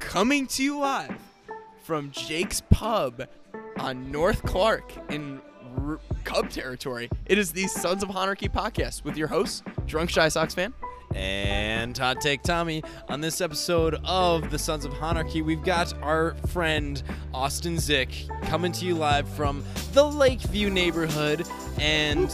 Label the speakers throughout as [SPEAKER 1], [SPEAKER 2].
[SPEAKER 1] coming to you live from Jake's Pub on North Clark in R- Cub territory. It is the Sons of Honarchy podcast with your hosts, Drunk Shy Sox fan.
[SPEAKER 2] And Hot Take Tommy. On this episode of The Sons of Honarchy, we've got our friend Austin Zick coming to you live from the Lakeview neighborhood. And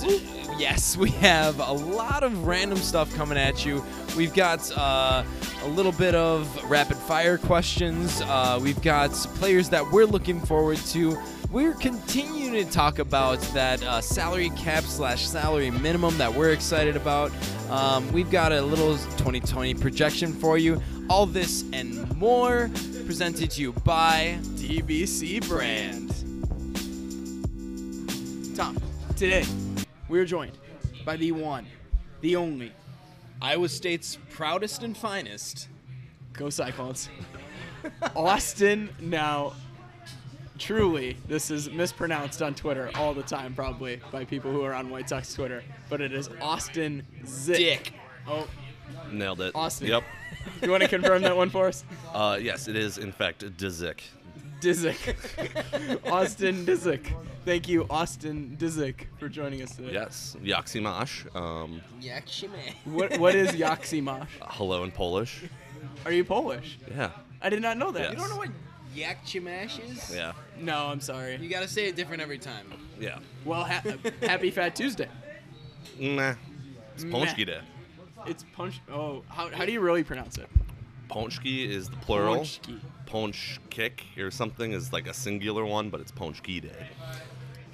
[SPEAKER 2] yes, we have a lot of random stuff coming at you. We've got uh, a little bit of rapid fire questions, uh, we've got players that we're looking forward to. We're continuing to talk about that uh, salary cap slash salary minimum that we're excited about. Um, we've got a little 2020 projection for you. All this and more presented to you by
[SPEAKER 1] DBC brand. Tom, today we're joined by the one, the only,
[SPEAKER 2] Iowa State's proudest and finest.
[SPEAKER 1] go Cyclones, Austin now. Truly, this is mispronounced on Twitter all the time, probably by people who are on White Sox Twitter. But it is Austin Zick.
[SPEAKER 2] Dick.
[SPEAKER 1] Oh,
[SPEAKER 3] Nailed it.
[SPEAKER 1] Austin.
[SPEAKER 3] Yep.
[SPEAKER 1] you want to confirm that one for us?
[SPEAKER 3] Uh, yes, it is, in fact, Dizik.
[SPEAKER 1] Dizik. Austin Dizik. Thank you, Austin Dizik, for joining us today.
[SPEAKER 3] Yes, Yaksimash. Um,
[SPEAKER 1] What What is Yaksimash?
[SPEAKER 3] hello in Polish.
[SPEAKER 1] Are you Polish?
[SPEAKER 3] Yeah.
[SPEAKER 1] I did not know that.
[SPEAKER 3] Yes.
[SPEAKER 1] You don't know what?
[SPEAKER 4] Yak Chimash is?
[SPEAKER 3] Yeah.
[SPEAKER 1] No, I'm sorry.
[SPEAKER 4] You gotta say it different every time.
[SPEAKER 3] Yeah.
[SPEAKER 1] Well, ha- happy Fat Tuesday.
[SPEAKER 3] Nah. It's
[SPEAKER 1] Meh.
[SPEAKER 3] Polski day.
[SPEAKER 1] It's punch. Oh, how, how do you really pronounce it?
[SPEAKER 3] Ponchki is the plural.
[SPEAKER 1] Ponchki.
[SPEAKER 3] Ponch kick or something is like a singular one, but it's Ponchki day.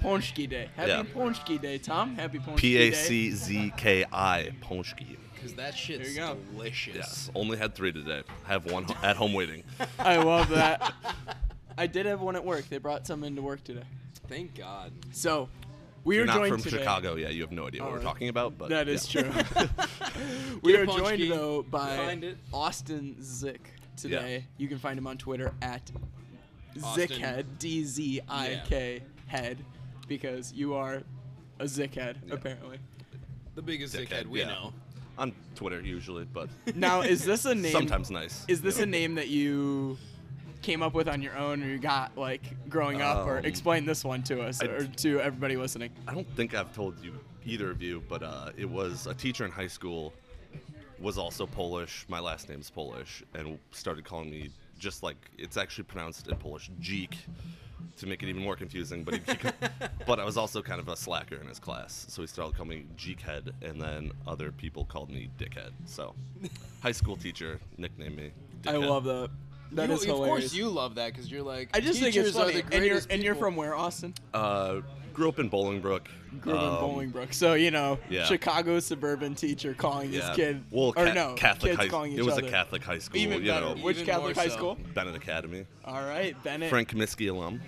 [SPEAKER 1] Ponchki Day. Happy
[SPEAKER 3] Yeah.
[SPEAKER 1] Ponchki Day, Tom. Happy Ponchki
[SPEAKER 3] P
[SPEAKER 1] Day.
[SPEAKER 3] A C Z K I Ponchki.
[SPEAKER 4] Cause that shit's
[SPEAKER 1] There you go.
[SPEAKER 4] delicious.
[SPEAKER 3] Yes. Only had three today. I have one at home waiting.
[SPEAKER 1] I love that. I did have one at work. They brought some into work today.
[SPEAKER 4] Thank God.
[SPEAKER 1] So, we
[SPEAKER 3] You're
[SPEAKER 1] are
[SPEAKER 3] not
[SPEAKER 1] joined
[SPEAKER 3] from
[SPEAKER 1] today.
[SPEAKER 3] Chicago. Yeah, you have no idea what we're
[SPEAKER 1] Oh,
[SPEAKER 3] talking about, but
[SPEAKER 1] That is
[SPEAKER 3] yeah.
[SPEAKER 1] true. we
[SPEAKER 4] Get
[SPEAKER 1] are
[SPEAKER 4] a punch
[SPEAKER 1] joined
[SPEAKER 4] key.
[SPEAKER 1] though by
[SPEAKER 4] Find it.
[SPEAKER 1] Austin Zick today.
[SPEAKER 3] Yeah.
[SPEAKER 1] You can find him on Twitter at
[SPEAKER 4] Austin.
[SPEAKER 1] Zickhead, D Z I K head, because you are a Zickhead apparently.
[SPEAKER 4] The biggest dickhead,
[SPEAKER 3] Dickhead,
[SPEAKER 4] we
[SPEAKER 3] yeah.
[SPEAKER 4] know.
[SPEAKER 3] on Twitter usually, but
[SPEAKER 1] Now, is this a name?
[SPEAKER 3] sometimes nice.
[SPEAKER 1] Is this a name that you came up with on your own, or you got like growing up, or
[SPEAKER 3] Um,
[SPEAKER 1] explain this one to us
[SPEAKER 3] I-
[SPEAKER 1] or to everybody listening?
[SPEAKER 3] I don't think I've told you either of you, but uh, it was a teacher in high school was also Polish. My last name's Polish, and started calling me just like it's actually pronounced in Polish, Jeek, to make it even more confusing. But he, but I was also kind of a slacker in his class, so he started calling me Jeekhead, and then other people called me Dickhead. So, high school teacher nicknamed me.
[SPEAKER 1] I
[SPEAKER 3] Dickhead.
[SPEAKER 1] love that. That
[SPEAKER 4] You-
[SPEAKER 1] is
[SPEAKER 4] of
[SPEAKER 1] hilarious.
[SPEAKER 4] course you love that because you're like
[SPEAKER 1] I just think it's
[SPEAKER 4] teachers are
[SPEAKER 1] funny.
[SPEAKER 4] the
[SPEAKER 1] And you're,
[SPEAKER 4] greatest
[SPEAKER 1] and you're
[SPEAKER 4] people.
[SPEAKER 1] from where, Austin?
[SPEAKER 3] Uh, grew up in Bolingbrook.
[SPEAKER 1] Grew up
[SPEAKER 3] um,
[SPEAKER 1] in Bolingbrook. So, you know,
[SPEAKER 3] yeah.
[SPEAKER 1] Chicago suburban teacher calling
[SPEAKER 3] yeah.
[SPEAKER 1] his kid.
[SPEAKER 3] Well,
[SPEAKER 1] or
[SPEAKER 3] ca-
[SPEAKER 1] no,
[SPEAKER 3] Catholic
[SPEAKER 1] kids
[SPEAKER 3] high.
[SPEAKER 1] calling each
[SPEAKER 3] it was
[SPEAKER 1] other.
[SPEAKER 3] a Catholic high school.
[SPEAKER 1] Even
[SPEAKER 3] you
[SPEAKER 1] better.
[SPEAKER 3] know,
[SPEAKER 1] Which
[SPEAKER 4] Even
[SPEAKER 1] Catholic
[SPEAKER 4] more
[SPEAKER 1] high
[SPEAKER 4] so.
[SPEAKER 1] school?
[SPEAKER 3] Bennett Academy.
[SPEAKER 1] All right, Bennett.
[SPEAKER 3] Frank Comiskey alum.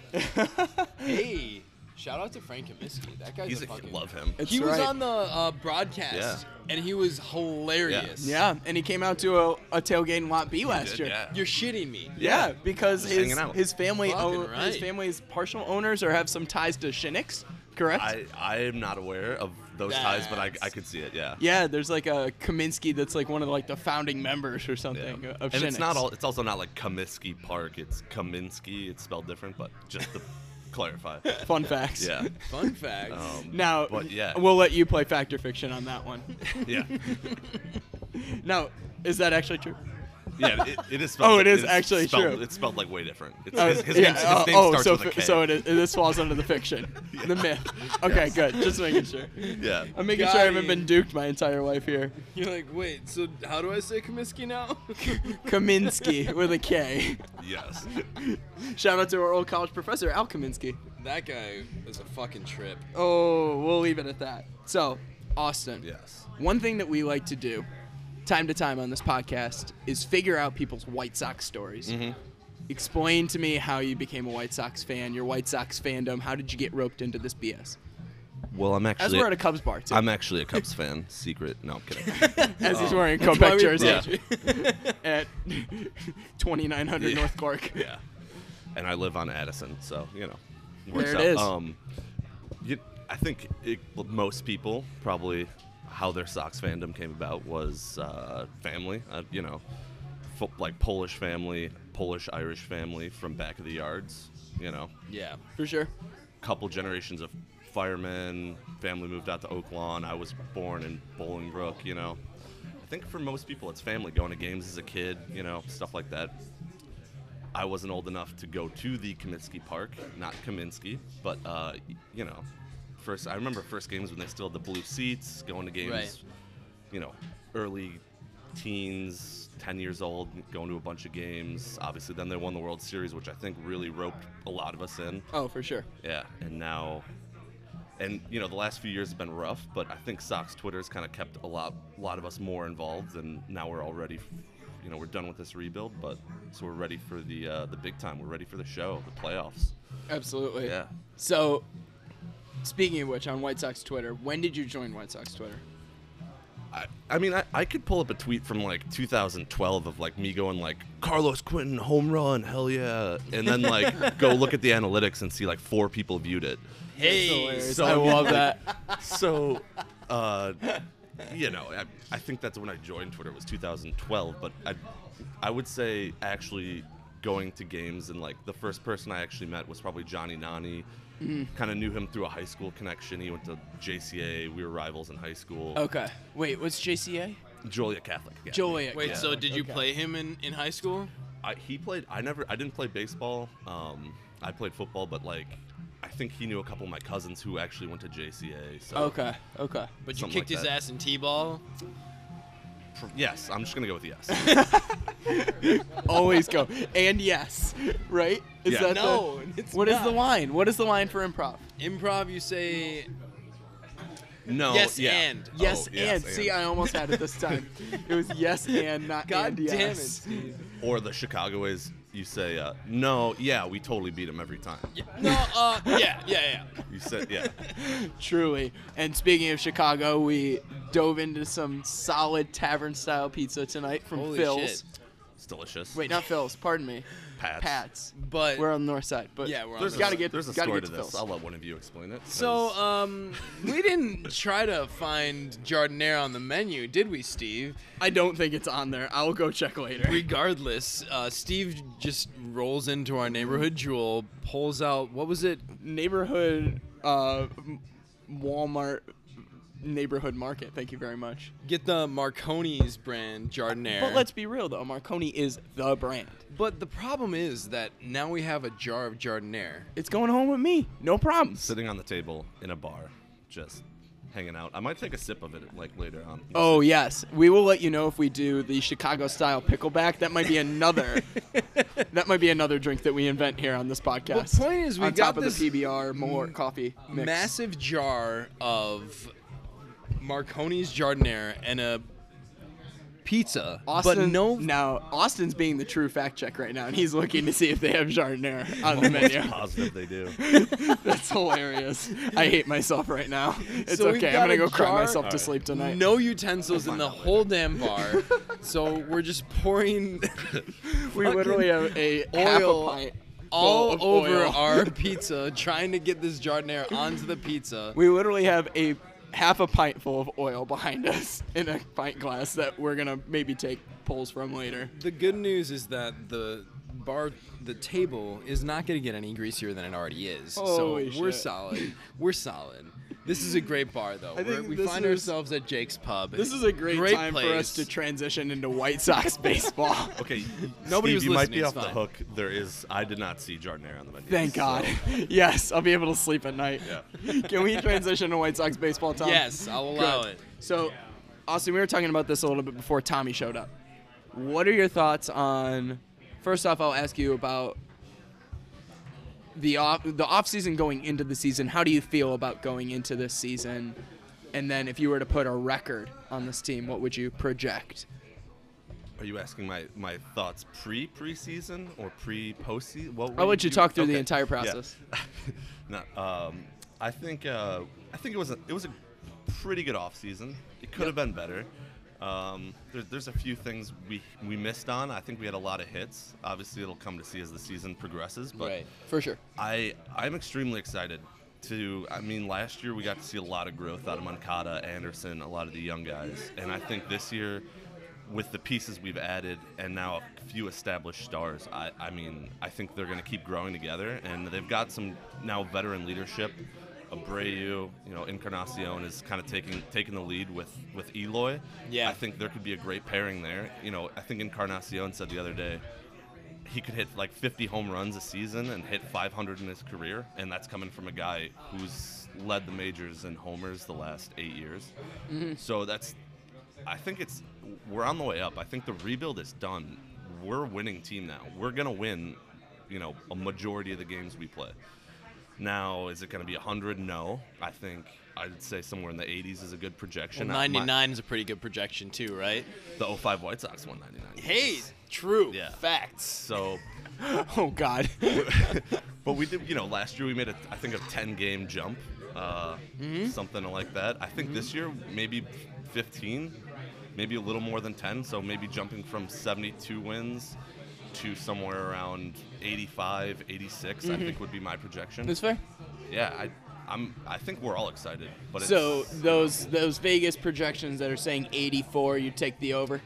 [SPEAKER 4] Hey, shout out to Frank Kaminsky. That guy's
[SPEAKER 3] He's
[SPEAKER 4] a
[SPEAKER 3] a,
[SPEAKER 4] fucking
[SPEAKER 3] love him.
[SPEAKER 1] It's
[SPEAKER 4] He was
[SPEAKER 1] right.
[SPEAKER 4] on the uh, broadcast
[SPEAKER 3] Yeah.
[SPEAKER 4] and he was hilarious.
[SPEAKER 1] Yeah, and he came out to a, a tailgate in Lot B last
[SPEAKER 3] did,
[SPEAKER 1] year.
[SPEAKER 3] yeah.
[SPEAKER 4] You're shitting me.
[SPEAKER 1] Yeah,
[SPEAKER 3] Yeah.
[SPEAKER 1] because
[SPEAKER 3] Just
[SPEAKER 1] his
[SPEAKER 3] hanging out.
[SPEAKER 1] his family
[SPEAKER 4] Fucking
[SPEAKER 1] own,
[SPEAKER 4] right.
[SPEAKER 1] his family's partial owners or have some ties to Shinix, correct?
[SPEAKER 3] I, I am not aware of those ties, but I,
[SPEAKER 4] That's-
[SPEAKER 3] I could see it. Yeah.
[SPEAKER 1] yeah, there's like a Kaminsky that's like one of like the founding members or something
[SPEAKER 3] Yeah.
[SPEAKER 1] of
[SPEAKER 3] and
[SPEAKER 1] Shinix.
[SPEAKER 3] it's not all. It's also not like Comiskey Park. It's Kaminsky. It's spelled different, but just to clarify.
[SPEAKER 1] fun facts.
[SPEAKER 3] Yeah.
[SPEAKER 4] Fun fact.
[SPEAKER 3] Um,
[SPEAKER 1] Now,
[SPEAKER 3] But yeah.
[SPEAKER 1] we'll let you play fact or fiction on that one.
[SPEAKER 3] yeah.
[SPEAKER 1] now, is that actually true?
[SPEAKER 3] Yeah. It, it is. Spelled,
[SPEAKER 1] Oh, it is actually
[SPEAKER 3] spelled,
[SPEAKER 1] true.
[SPEAKER 3] It's spelled like way different. It's,
[SPEAKER 1] Oh,
[SPEAKER 3] his his
[SPEAKER 1] yeah,
[SPEAKER 3] name, his
[SPEAKER 1] uh,
[SPEAKER 3] name
[SPEAKER 1] oh,
[SPEAKER 3] starts
[SPEAKER 1] so
[SPEAKER 3] with a
[SPEAKER 1] fi-
[SPEAKER 3] K.
[SPEAKER 1] so it is, this falls under the fiction, the myth. Okay, good. Just making sure.
[SPEAKER 3] yeah.
[SPEAKER 1] I'm making
[SPEAKER 4] Got
[SPEAKER 1] sure I haven't
[SPEAKER 4] it.
[SPEAKER 1] been duked my entire life here.
[SPEAKER 4] You're like, wait, so how do I say Kaminsky now?
[SPEAKER 1] Kaminsky with a K.
[SPEAKER 3] Yes.
[SPEAKER 1] Shout out to our old college professor, Al Kaminsky.
[SPEAKER 4] that guy is a fucking trip.
[SPEAKER 1] Oh, we'll leave it at that. So, Austin.
[SPEAKER 3] Yes.
[SPEAKER 1] One thing that we like to do, time to time on this podcast, is figure out people's White Sox stories.
[SPEAKER 3] Mm-hmm.
[SPEAKER 1] Explain to me how you became a White Sox fan, your White Sox fandom. How did you get roped into this BS?
[SPEAKER 3] Well, I'm
[SPEAKER 1] As
[SPEAKER 3] actually.
[SPEAKER 1] we're at a Cubs bar, too.
[SPEAKER 3] I'm actually a Cubs fan. Secret. No, I'm kidding.
[SPEAKER 1] as he's
[SPEAKER 3] Oh.
[SPEAKER 1] wearing a
[SPEAKER 4] why
[SPEAKER 1] Copac
[SPEAKER 4] we
[SPEAKER 1] jersey
[SPEAKER 3] brought
[SPEAKER 1] at 2900
[SPEAKER 3] Yeah.
[SPEAKER 1] North Clark.
[SPEAKER 3] Yeah. And I live on Addison, so you know.
[SPEAKER 1] There it is.
[SPEAKER 3] Um, you, I think it, most people probably how their Sox fandom came about was uh, family. Uh, you know, fo- like Polish family, Polish Irish family from back of the yards. You know,
[SPEAKER 5] Yeah.
[SPEAKER 1] for sure.
[SPEAKER 3] couple generations of firemen. Family moved out to Oak Lawn. I was born in Bolingbrook. You know, I think for most people, it's family going to games as a kid. You know, stuff like that. I wasn't old enough to go to the Kaminsky Park, not Kaminsky, but uh, y- you know, first I remember first games when they still had the blue seats, going to games,
[SPEAKER 5] Right.
[SPEAKER 3] you know, early teens, ten years old, going to a bunch of games. Obviously, then they won the World Series, which I think really roped a lot of us in.
[SPEAKER 1] Oh, for sure.
[SPEAKER 3] Yeah, and now, and you know, the last few years have been rough, but I think Sox Twitter has kind of kept a lot, lot of us more involved, and now we're already, you know, we're done with this rebuild, but so we're ready for the uh, the big time. We're ready for the show, the playoffs.
[SPEAKER 1] Absolutely.
[SPEAKER 3] Yeah.
[SPEAKER 1] So, speaking of which, on White Sox Twitter, when did you join White Sox Twitter?
[SPEAKER 3] I, I mean, I, I could pull up a tweet from like 2012 of like me going like Carlos Quinton home run, hell yeah, and then like go look at the analytics and see like four people viewed it.
[SPEAKER 5] Hey.
[SPEAKER 3] so-
[SPEAKER 1] I love that.
[SPEAKER 3] so uh, you know I, I think that's when i joined twitter was 2012 but I, I would say actually going to games and like the first person i actually met was probably johnny nani
[SPEAKER 2] Mm.
[SPEAKER 3] kind of knew him through a high school connection he went to jca we were rivals in high school
[SPEAKER 2] Oh.
[SPEAKER 1] Okay. Wait, what's JCA?
[SPEAKER 3] joliet catholic yeah.
[SPEAKER 1] Joliet.
[SPEAKER 2] Wait,
[SPEAKER 3] Yeah.
[SPEAKER 2] so did you
[SPEAKER 1] Okay.
[SPEAKER 2] play him in, in high school?
[SPEAKER 3] I, he played i never i didn't play baseball um, i played football but like i think he knew a couple of my cousins who actually went to jca so
[SPEAKER 1] Okay. Okay.
[SPEAKER 2] But you
[SPEAKER 3] Something
[SPEAKER 2] kicked
[SPEAKER 3] like
[SPEAKER 2] his
[SPEAKER 3] that.
[SPEAKER 2] ass in T-ball?
[SPEAKER 3] yes i'm just gonna go with yes
[SPEAKER 1] Always go. And yes, right? Is
[SPEAKER 3] Yeah.
[SPEAKER 1] that
[SPEAKER 2] No,
[SPEAKER 1] the,
[SPEAKER 2] it's
[SPEAKER 1] What is
[SPEAKER 2] not. Oh,
[SPEAKER 1] the line? What is the line for improv?
[SPEAKER 2] Improv, you say
[SPEAKER 3] no
[SPEAKER 2] yes
[SPEAKER 3] yeah.
[SPEAKER 2] and.
[SPEAKER 1] Yes,
[SPEAKER 3] Oh, yes,
[SPEAKER 1] and. See,
[SPEAKER 3] and.
[SPEAKER 1] I almost had it this time. it was yes and, not
[SPEAKER 2] God
[SPEAKER 1] and
[SPEAKER 2] damn it,
[SPEAKER 1] yes.
[SPEAKER 2] Steve.
[SPEAKER 3] Or the Chicago is you say, uh, no, yeah, we totally beat them every time.
[SPEAKER 2] No, uh, yeah, yeah, yeah.
[SPEAKER 3] You said, yeah.
[SPEAKER 1] Truly. And speaking of Chicago, we dove into some solid tavern style pizza tonight from
[SPEAKER 2] Holy
[SPEAKER 1] Phil's.
[SPEAKER 2] shit.
[SPEAKER 3] It's delicious.
[SPEAKER 1] Wait, not Phil's. Pardon me.
[SPEAKER 3] Pats.
[SPEAKER 1] Pat's.
[SPEAKER 2] But
[SPEAKER 1] We're on the north side, but
[SPEAKER 2] Yeah, we're on
[SPEAKER 1] there's
[SPEAKER 2] the
[SPEAKER 1] gotta
[SPEAKER 3] a,
[SPEAKER 1] get
[SPEAKER 3] there's a
[SPEAKER 1] gotta
[SPEAKER 3] story
[SPEAKER 1] get
[SPEAKER 3] to
[SPEAKER 1] to
[SPEAKER 3] this.
[SPEAKER 1] Phil's.
[SPEAKER 3] I'll let one of you explain it.
[SPEAKER 2] So,
[SPEAKER 3] 'cause
[SPEAKER 2] um, we didn't try to find jardiniere on the menu, did we, Steve?
[SPEAKER 1] I don't think it's on there. I'll go check later.
[SPEAKER 2] Regardless, uh, Steve just rolls into our neighborhood jewel, pulls out what was it?
[SPEAKER 1] neighborhood uh, m- Walmart neighborhood market. Thank you very much.
[SPEAKER 2] Get the Marconi's brand jardiniere.
[SPEAKER 1] But let's be real though, Marconi is the brand.
[SPEAKER 2] But the problem is that now we have a jar of jardiniere.
[SPEAKER 1] It's going home with me. No problem.
[SPEAKER 3] sitting on the table in a bar, just hanging out. I might take a sip of it like later on.
[SPEAKER 1] Oh yes, we will let you know if we do the Chicago style pickleback. That might be another. that might be another drink that we invent here on this podcast.
[SPEAKER 2] Well, point is, we
[SPEAKER 1] on
[SPEAKER 2] got
[SPEAKER 1] top of
[SPEAKER 2] this
[SPEAKER 1] the PBR more coffee mix.
[SPEAKER 2] Massive jar of Marconi's jardiniere and a pizza,
[SPEAKER 1] Austin,
[SPEAKER 2] but no
[SPEAKER 1] now Austin's being the true fact check right now, and he's looking to see if they have Jardinere on the menu.
[SPEAKER 3] Positive they do.
[SPEAKER 1] That's hilarious. I hate myself right now. It's
[SPEAKER 2] So we've
[SPEAKER 1] okay. I'm
[SPEAKER 2] got
[SPEAKER 1] gonna
[SPEAKER 2] a
[SPEAKER 1] go cry
[SPEAKER 2] jar-
[SPEAKER 1] myself to
[SPEAKER 3] Alright.
[SPEAKER 1] sleep tonight.
[SPEAKER 2] no utensils in the
[SPEAKER 3] out later.
[SPEAKER 2] whole damn bar. so we're just pouring
[SPEAKER 1] we literally have a half a
[SPEAKER 2] oil
[SPEAKER 1] pint full
[SPEAKER 2] all
[SPEAKER 1] of
[SPEAKER 2] over
[SPEAKER 1] oil.
[SPEAKER 2] our pizza, trying to get this jardiniere onto the pizza.
[SPEAKER 1] We literally have a half a pint full of oil behind us in a pint glass that we're gonna maybe take pulls from later.
[SPEAKER 2] The good news is that the bar, the table is not going to get any greasier than it already is.
[SPEAKER 1] Holy
[SPEAKER 2] so we're
[SPEAKER 1] shit.
[SPEAKER 2] solid. We're solid. This is a great bar, though.
[SPEAKER 1] I
[SPEAKER 2] We're-
[SPEAKER 1] think
[SPEAKER 2] we
[SPEAKER 1] this
[SPEAKER 2] find
[SPEAKER 1] is-
[SPEAKER 2] ourselves at Jake's Pub.
[SPEAKER 1] This is a great, time for
[SPEAKER 2] place.
[SPEAKER 1] us to transition into White Sox baseball.
[SPEAKER 3] Okay,
[SPEAKER 2] Nobody
[SPEAKER 3] Steve,
[SPEAKER 2] was
[SPEAKER 3] you might
[SPEAKER 2] listening,
[SPEAKER 3] be
[SPEAKER 2] it's
[SPEAKER 3] off the
[SPEAKER 2] fine.
[SPEAKER 3] hook. There is, I did not see Jardinere on the menu.
[SPEAKER 1] Thank
[SPEAKER 3] so-
[SPEAKER 1] God. Yes, I'll be able to sleep at night.
[SPEAKER 3] Yeah.
[SPEAKER 1] Can we transition to White Sox baseball, Tom?
[SPEAKER 2] Yes, I'll allow
[SPEAKER 1] Good.
[SPEAKER 2] it.
[SPEAKER 1] So, Austin, we were talking about this a little bit before Tommy showed up. What are your thoughts on? First off, I'll ask you about the off the off season going into the season. How do you feel about going into this season? And then, if you were to put a record on this team, what would you project?
[SPEAKER 3] Are you asking my, my thoughts pre preseason or pre postseason? What
[SPEAKER 1] I'll
[SPEAKER 3] were
[SPEAKER 1] let you talk through the
[SPEAKER 3] okay,
[SPEAKER 1] entire
[SPEAKER 3] yeah.
[SPEAKER 1] process.
[SPEAKER 3] no, um, I think uh, I think it was a, it was a pretty good off season. It could have been better. Um, there, there's a few things we we missed on. I think we had a lot of hits. Obviously, it'll come to see as the season progresses. But
[SPEAKER 2] Right.
[SPEAKER 1] For sure.
[SPEAKER 3] I I'm extremely excited to I mean last year we got to see a lot of growth out of Moncada, Anderson, a lot of the young guys. And I think this year with the pieces we've added and now a few established stars, I, I mean, I think they're going to keep growing together. And they've got some now veteran leadership. Abreu, you know, Encarnacion is kind of taking taking the lead with with Eloy.
[SPEAKER 2] Yeah.
[SPEAKER 3] I think there could be a great pairing there. You know, I think Encarnacion said the other day he could hit like 50 home runs a season and hit 500 in his career, and that's coming from a guy who's led the majors in homers the last eight years.
[SPEAKER 2] Mm-hmm.
[SPEAKER 3] So that's, I think it's we're on the way up. I think the rebuild is done. We're a winning team now. We're gonna win, you know, a majority of the games we play. Now, is it gonna be 100? No. I think I'd say somewhere in the 80s is a good projection.
[SPEAKER 2] Well,
[SPEAKER 3] Uh, my-
[SPEAKER 2] 99 is a pretty good projection too, right?
[SPEAKER 3] the 05 White Sox won 99.
[SPEAKER 2] Hey, true
[SPEAKER 3] Yeah.
[SPEAKER 2] facts.
[SPEAKER 3] So
[SPEAKER 1] Oh God.
[SPEAKER 3] But we did, you know, last year we made a, I think, a 10 game jump, uh,
[SPEAKER 1] Hmm?
[SPEAKER 3] something like that. I think this year maybe 15, maybe a little more than 10. So maybe jumping from 72 wins to somewhere around 85, 86,
[SPEAKER 1] Mm-hmm.
[SPEAKER 3] I think would be my projection.
[SPEAKER 1] That's fair.
[SPEAKER 3] yeah, I, I'm. I think we're all excited. But
[SPEAKER 1] So
[SPEAKER 3] it's,
[SPEAKER 1] those those Vegas projections that are saying 84, you take the over.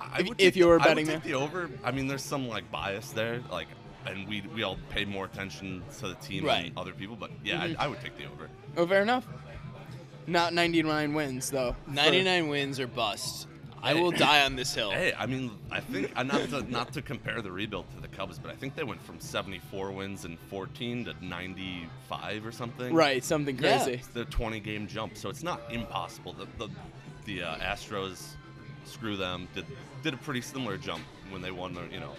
[SPEAKER 3] I
[SPEAKER 1] if-
[SPEAKER 3] would
[SPEAKER 1] if
[SPEAKER 3] take-
[SPEAKER 1] you were
[SPEAKER 3] I would
[SPEAKER 1] betting
[SPEAKER 3] take the over. I mean, there's some like bias there, like, and we we all pay more attention to the team
[SPEAKER 2] Right.
[SPEAKER 3] than other people. But yeah,
[SPEAKER 1] Mm-hmm.
[SPEAKER 3] I, I would take the over.
[SPEAKER 1] Oh, fair enough. Not 99 wins though. for-
[SPEAKER 2] 99 wins or bust. I will die on this hill.
[SPEAKER 3] Hey, I mean, I think uh, not to not to compare the rebuild to the Cubs, but I think they went from 74 wins in 14 to 95 or something.
[SPEAKER 1] Right, something
[SPEAKER 2] Yeah.
[SPEAKER 1] crazy.
[SPEAKER 3] It's the 20 game jump, so it's not impossible. The the, the uh, Astros, screw them, did did a pretty similar jump when they won the you know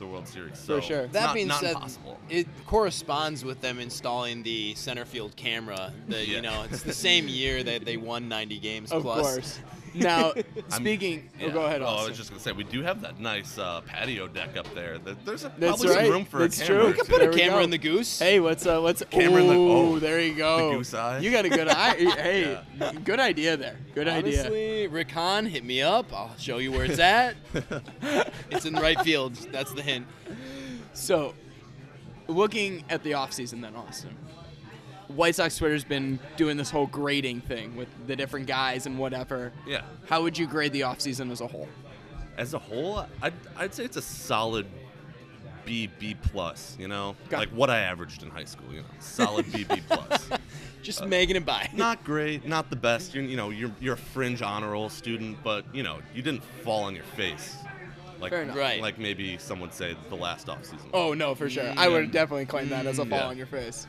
[SPEAKER 3] the World Series. So
[SPEAKER 1] For sure.
[SPEAKER 3] it's
[SPEAKER 2] That
[SPEAKER 3] not,
[SPEAKER 2] being
[SPEAKER 3] not
[SPEAKER 2] said,
[SPEAKER 3] impossible.
[SPEAKER 2] it corresponds with them installing the center field camera. That
[SPEAKER 3] Yeah.
[SPEAKER 2] you know, it's the same year that they won 90 games
[SPEAKER 1] Of
[SPEAKER 2] plus.
[SPEAKER 1] course. Now
[SPEAKER 3] I'm-
[SPEAKER 1] speaking.
[SPEAKER 3] yeah.
[SPEAKER 1] Oh, go ahead.
[SPEAKER 3] Oh, I
[SPEAKER 1] Austin.
[SPEAKER 3] was just gonna say we do have that nice uh, patio deck up there. There- There's a,
[SPEAKER 1] That's
[SPEAKER 3] probably
[SPEAKER 1] right.
[SPEAKER 3] some room for
[SPEAKER 1] That's
[SPEAKER 3] a camera.
[SPEAKER 1] true.
[SPEAKER 3] or
[SPEAKER 1] We could
[SPEAKER 3] two.
[SPEAKER 1] put a
[SPEAKER 2] The
[SPEAKER 1] There we
[SPEAKER 2] camera
[SPEAKER 1] go.
[SPEAKER 2] and the goose.
[SPEAKER 1] Hey, what's uh, what's
[SPEAKER 3] Camera in the-
[SPEAKER 1] oh,
[SPEAKER 3] oh,
[SPEAKER 1] there you go.
[SPEAKER 3] goose eye.
[SPEAKER 1] You got a good eye. hey,
[SPEAKER 3] Yeah.
[SPEAKER 1] good idea there. Good idea.
[SPEAKER 2] Honestly, Rickon, hit me up. I'll show you where it's at. it's in the right field. That's the hint.
[SPEAKER 1] So, looking at the offseason then, Austin. White Sox Twitter's been doing this whole grading thing with the different guys and whatever.
[SPEAKER 3] Yeah.
[SPEAKER 1] How would you grade the offseason as a whole?
[SPEAKER 3] as a whole, I'd, I'd say it's a solid B B plus. You know,
[SPEAKER 1] Got
[SPEAKER 3] like
[SPEAKER 1] it.
[SPEAKER 3] what I averaged in high school. You know, solid B B plus. Uh,
[SPEAKER 2] Just making it by.
[SPEAKER 3] Not great, not the best. You're, you know, you're you're a fringe honor roll student, but you know, you didn't fall on your face. Like,
[SPEAKER 1] Fair enough.
[SPEAKER 2] Right.
[SPEAKER 3] Like maybe some would say the last off season.
[SPEAKER 1] Oh, no, for sure. I would have definitely claimed that as a fall
[SPEAKER 3] Mm. Yeah.
[SPEAKER 1] on your face.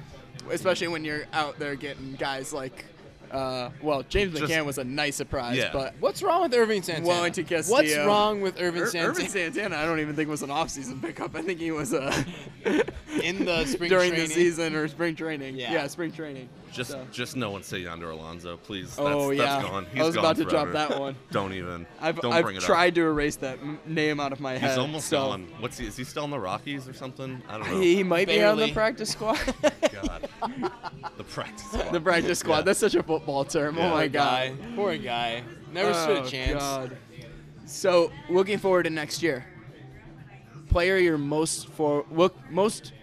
[SPEAKER 1] Especially when you're out there getting guys like, uh, well, James
[SPEAKER 3] Just-
[SPEAKER 1] McCann was a nice surprise,
[SPEAKER 3] Yeah.
[SPEAKER 1] but
[SPEAKER 2] What's wrong with Irving Santana?
[SPEAKER 1] Wellington Castillo.
[SPEAKER 2] What's wrong with Irving
[SPEAKER 1] Ur-
[SPEAKER 2] Santana?
[SPEAKER 1] Urban Er, Santana, I don't even think was an offseason pickup. I think he was a
[SPEAKER 2] In the spring
[SPEAKER 1] during
[SPEAKER 2] training.
[SPEAKER 1] the season or spring training.
[SPEAKER 2] Yeah.
[SPEAKER 1] Yeah, spring training.
[SPEAKER 3] just
[SPEAKER 1] so.
[SPEAKER 3] just no one say Yonder Alonso, please. That's,
[SPEAKER 1] Oh, yeah.
[SPEAKER 3] that's gone.
[SPEAKER 1] I
[SPEAKER 3] He's
[SPEAKER 1] was
[SPEAKER 3] gone
[SPEAKER 1] about to drop
[SPEAKER 3] forever.
[SPEAKER 1] that one.
[SPEAKER 3] Don't even.
[SPEAKER 1] I've,
[SPEAKER 3] Don't
[SPEAKER 1] I've
[SPEAKER 3] bring it
[SPEAKER 1] tried
[SPEAKER 3] up.
[SPEAKER 1] to erase that m- name out of my head.
[SPEAKER 3] He's almost
[SPEAKER 1] so.
[SPEAKER 3] gone. What's he? Is he still in the Rockies or something? I don't know.
[SPEAKER 1] He, he might be on the
[SPEAKER 2] Barely.
[SPEAKER 1] practice squad.
[SPEAKER 3] God. the practice. squad.
[SPEAKER 1] the practice squad.
[SPEAKER 3] Yeah.
[SPEAKER 1] That's such a football term.
[SPEAKER 3] Yeah.
[SPEAKER 1] Oh my
[SPEAKER 2] Poor guy.
[SPEAKER 1] god.
[SPEAKER 2] Poor guy. Never stood
[SPEAKER 1] Oh,
[SPEAKER 2] a chance.
[SPEAKER 1] God. So looking forward to next year. Player you're most for look most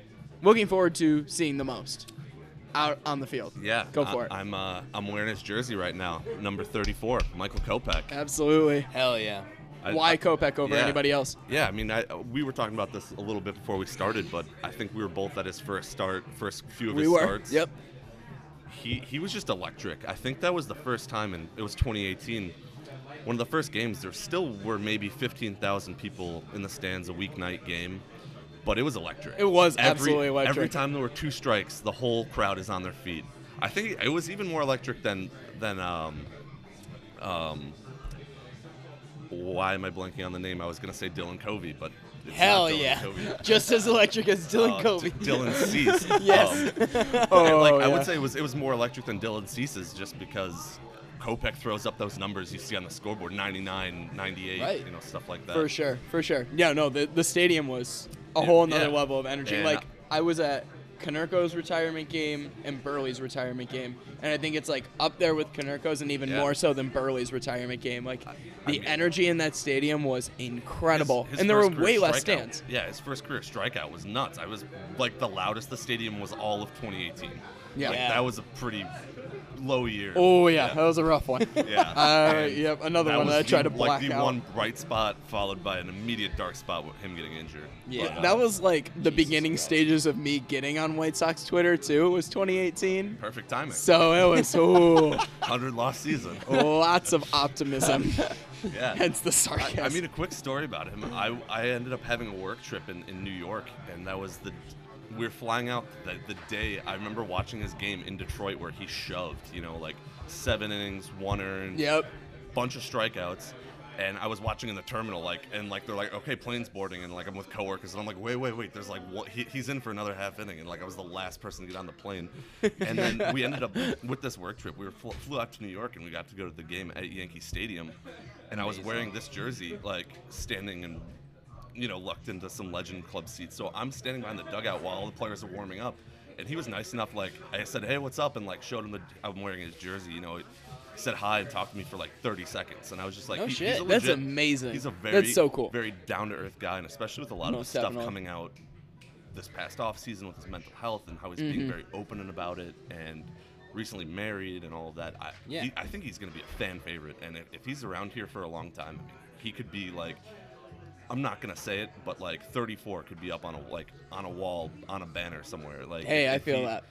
[SPEAKER 1] looking forward to seeing the most out on the field.
[SPEAKER 3] Yeah,
[SPEAKER 1] Go
[SPEAKER 3] I-
[SPEAKER 1] for it.
[SPEAKER 3] I'm uh, I'm wearing his jersey right now, number 34, Michael Kopech.
[SPEAKER 1] Absolutely.
[SPEAKER 2] Hell yeah.
[SPEAKER 3] I-
[SPEAKER 1] Why
[SPEAKER 3] I-
[SPEAKER 1] Kopech over
[SPEAKER 3] yeah.
[SPEAKER 1] anybody else?
[SPEAKER 3] Yeah, I mean, I, we were talking about this a little bit before we started, but I think we were both at his first start, first few of
[SPEAKER 1] We
[SPEAKER 3] his
[SPEAKER 1] were.
[SPEAKER 3] starts.
[SPEAKER 1] Yep.
[SPEAKER 3] He he was just electric. I think that was the first time, and it was 2018. One of the first games, there still were maybe 15,000 people in the stands a weeknight game, but it was electric.
[SPEAKER 1] It was
[SPEAKER 3] Every-
[SPEAKER 1] absolutely electric.
[SPEAKER 3] Every time there were two strikes, the whole crowd is on their feet. I think it was even more electric than than um, um, why am I blanking on the name? I was gonna say Dylan Covey, but it's not
[SPEAKER 2] Hell
[SPEAKER 3] Dylan
[SPEAKER 2] yeah.
[SPEAKER 3] Covey.
[SPEAKER 2] Just as electric as Dylan
[SPEAKER 3] Uh,
[SPEAKER 2] Covey.
[SPEAKER 3] D- Dylan Cease.
[SPEAKER 2] Yes.
[SPEAKER 3] Um, and,
[SPEAKER 1] Oh,
[SPEAKER 3] like I would say it was it was more electric than Dylan Cease's just because Kopech throws up those numbers you see on the scoreboard 99, 98,
[SPEAKER 2] Right.
[SPEAKER 3] you know stuff like that.
[SPEAKER 1] For sure, for sure. Yeah, no, the, the stadium was a whole another
[SPEAKER 3] Yeah.
[SPEAKER 1] level of energy.
[SPEAKER 3] And
[SPEAKER 1] like I was at Canerco's retirement game and Burley's retirement game, and I think it's like up there with Canerco's and even
[SPEAKER 3] Yeah.
[SPEAKER 1] more so than Burley's retirement game. Like
[SPEAKER 3] I
[SPEAKER 1] the
[SPEAKER 3] mean-
[SPEAKER 1] energy in that stadium was
[SPEAKER 3] His-
[SPEAKER 1] incredible,
[SPEAKER 3] his
[SPEAKER 1] and there were
[SPEAKER 3] first career
[SPEAKER 1] way less
[SPEAKER 3] strikeout-
[SPEAKER 1] stands.
[SPEAKER 3] Yeah, his first career strikeout was nuts. I was like the loudest the stadium was all of 2018.
[SPEAKER 1] Yeah.
[SPEAKER 3] Like,
[SPEAKER 2] Yeah.
[SPEAKER 3] that was a pretty low year.
[SPEAKER 1] Oh yeah, that was a rough one.
[SPEAKER 3] Yeah.
[SPEAKER 1] Uh,
[SPEAKER 3] And
[SPEAKER 1] yep, another
[SPEAKER 3] that
[SPEAKER 1] one
[SPEAKER 3] was
[SPEAKER 1] that I tried
[SPEAKER 3] the-
[SPEAKER 1] to black
[SPEAKER 3] like the
[SPEAKER 1] out.
[SPEAKER 3] one bright spot followed by an immediate dark spot with him getting injured.
[SPEAKER 4] Yeah.
[SPEAKER 3] But, uh,
[SPEAKER 1] That was like the beginning stages of me getting on White Sox Twitter too. It was 2018,
[SPEAKER 3] perfect timing.
[SPEAKER 1] so it was ooh,
[SPEAKER 3] Hundred loss season. Oh,
[SPEAKER 1] lots of optimism.
[SPEAKER 3] Yeah.
[SPEAKER 1] Hence the sarcasm.
[SPEAKER 3] I, I mean, a quick story about him. I, I ended up having a work trip in, in New York, and that was the we are flying out the, the day. I remember watching his game in Detroit where he shoved, you know, like seven innings, one earned,
[SPEAKER 1] yep.
[SPEAKER 3] bunch of strikeouts. And I was watching in the terminal, like, and like they're like, okay, plane's boarding, and like I'm with coworkers, and I'm like, wait, wait, wait, there's like, what? He, he's in for another half inning, and like I was the last person to get on the plane, and then we ended up with this work trip. We were fl- flew out to New York, and we got to go to the game at Yankee Stadium, and I was wearing this jersey, like standing and you know, lucked into some legend club seats. So I'm standing behind the dugout while all the players are warming up, and he was nice enough. Like I said, "Hey, what's up?" and like showed him the I'm wearing his jersey. You know, he said hi and talked to me for like 30 seconds, and I was just like,
[SPEAKER 1] No
[SPEAKER 3] he-
[SPEAKER 1] shit.
[SPEAKER 3] he's a
[SPEAKER 1] That's
[SPEAKER 3] legit-
[SPEAKER 1] amazing.
[SPEAKER 3] He's a
[SPEAKER 1] That's
[SPEAKER 3] very
[SPEAKER 1] so cool.
[SPEAKER 3] very down to earth guy, and especially with a lot of the
[SPEAKER 1] Most
[SPEAKER 3] stuff
[SPEAKER 1] definitely.
[SPEAKER 3] coming out this past off season with his mental health and how he's
[SPEAKER 1] Mm-hmm.
[SPEAKER 3] being very open about it and recently married and all of that. I,
[SPEAKER 4] Yeah.
[SPEAKER 3] he- I think he's going to be a fan favorite, and if, if he's around here for a long time, I mean, he could be like. I'm not gonna say it, but like 34 could be up on a like on a wall on a banner somewhere. Like,
[SPEAKER 1] Hey,
[SPEAKER 3] if-
[SPEAKER 1] I
[SPEAKER 3] if
[SPEAKER 1] feel
[SPEAKER 3] he-
[SPEAKER 1] that.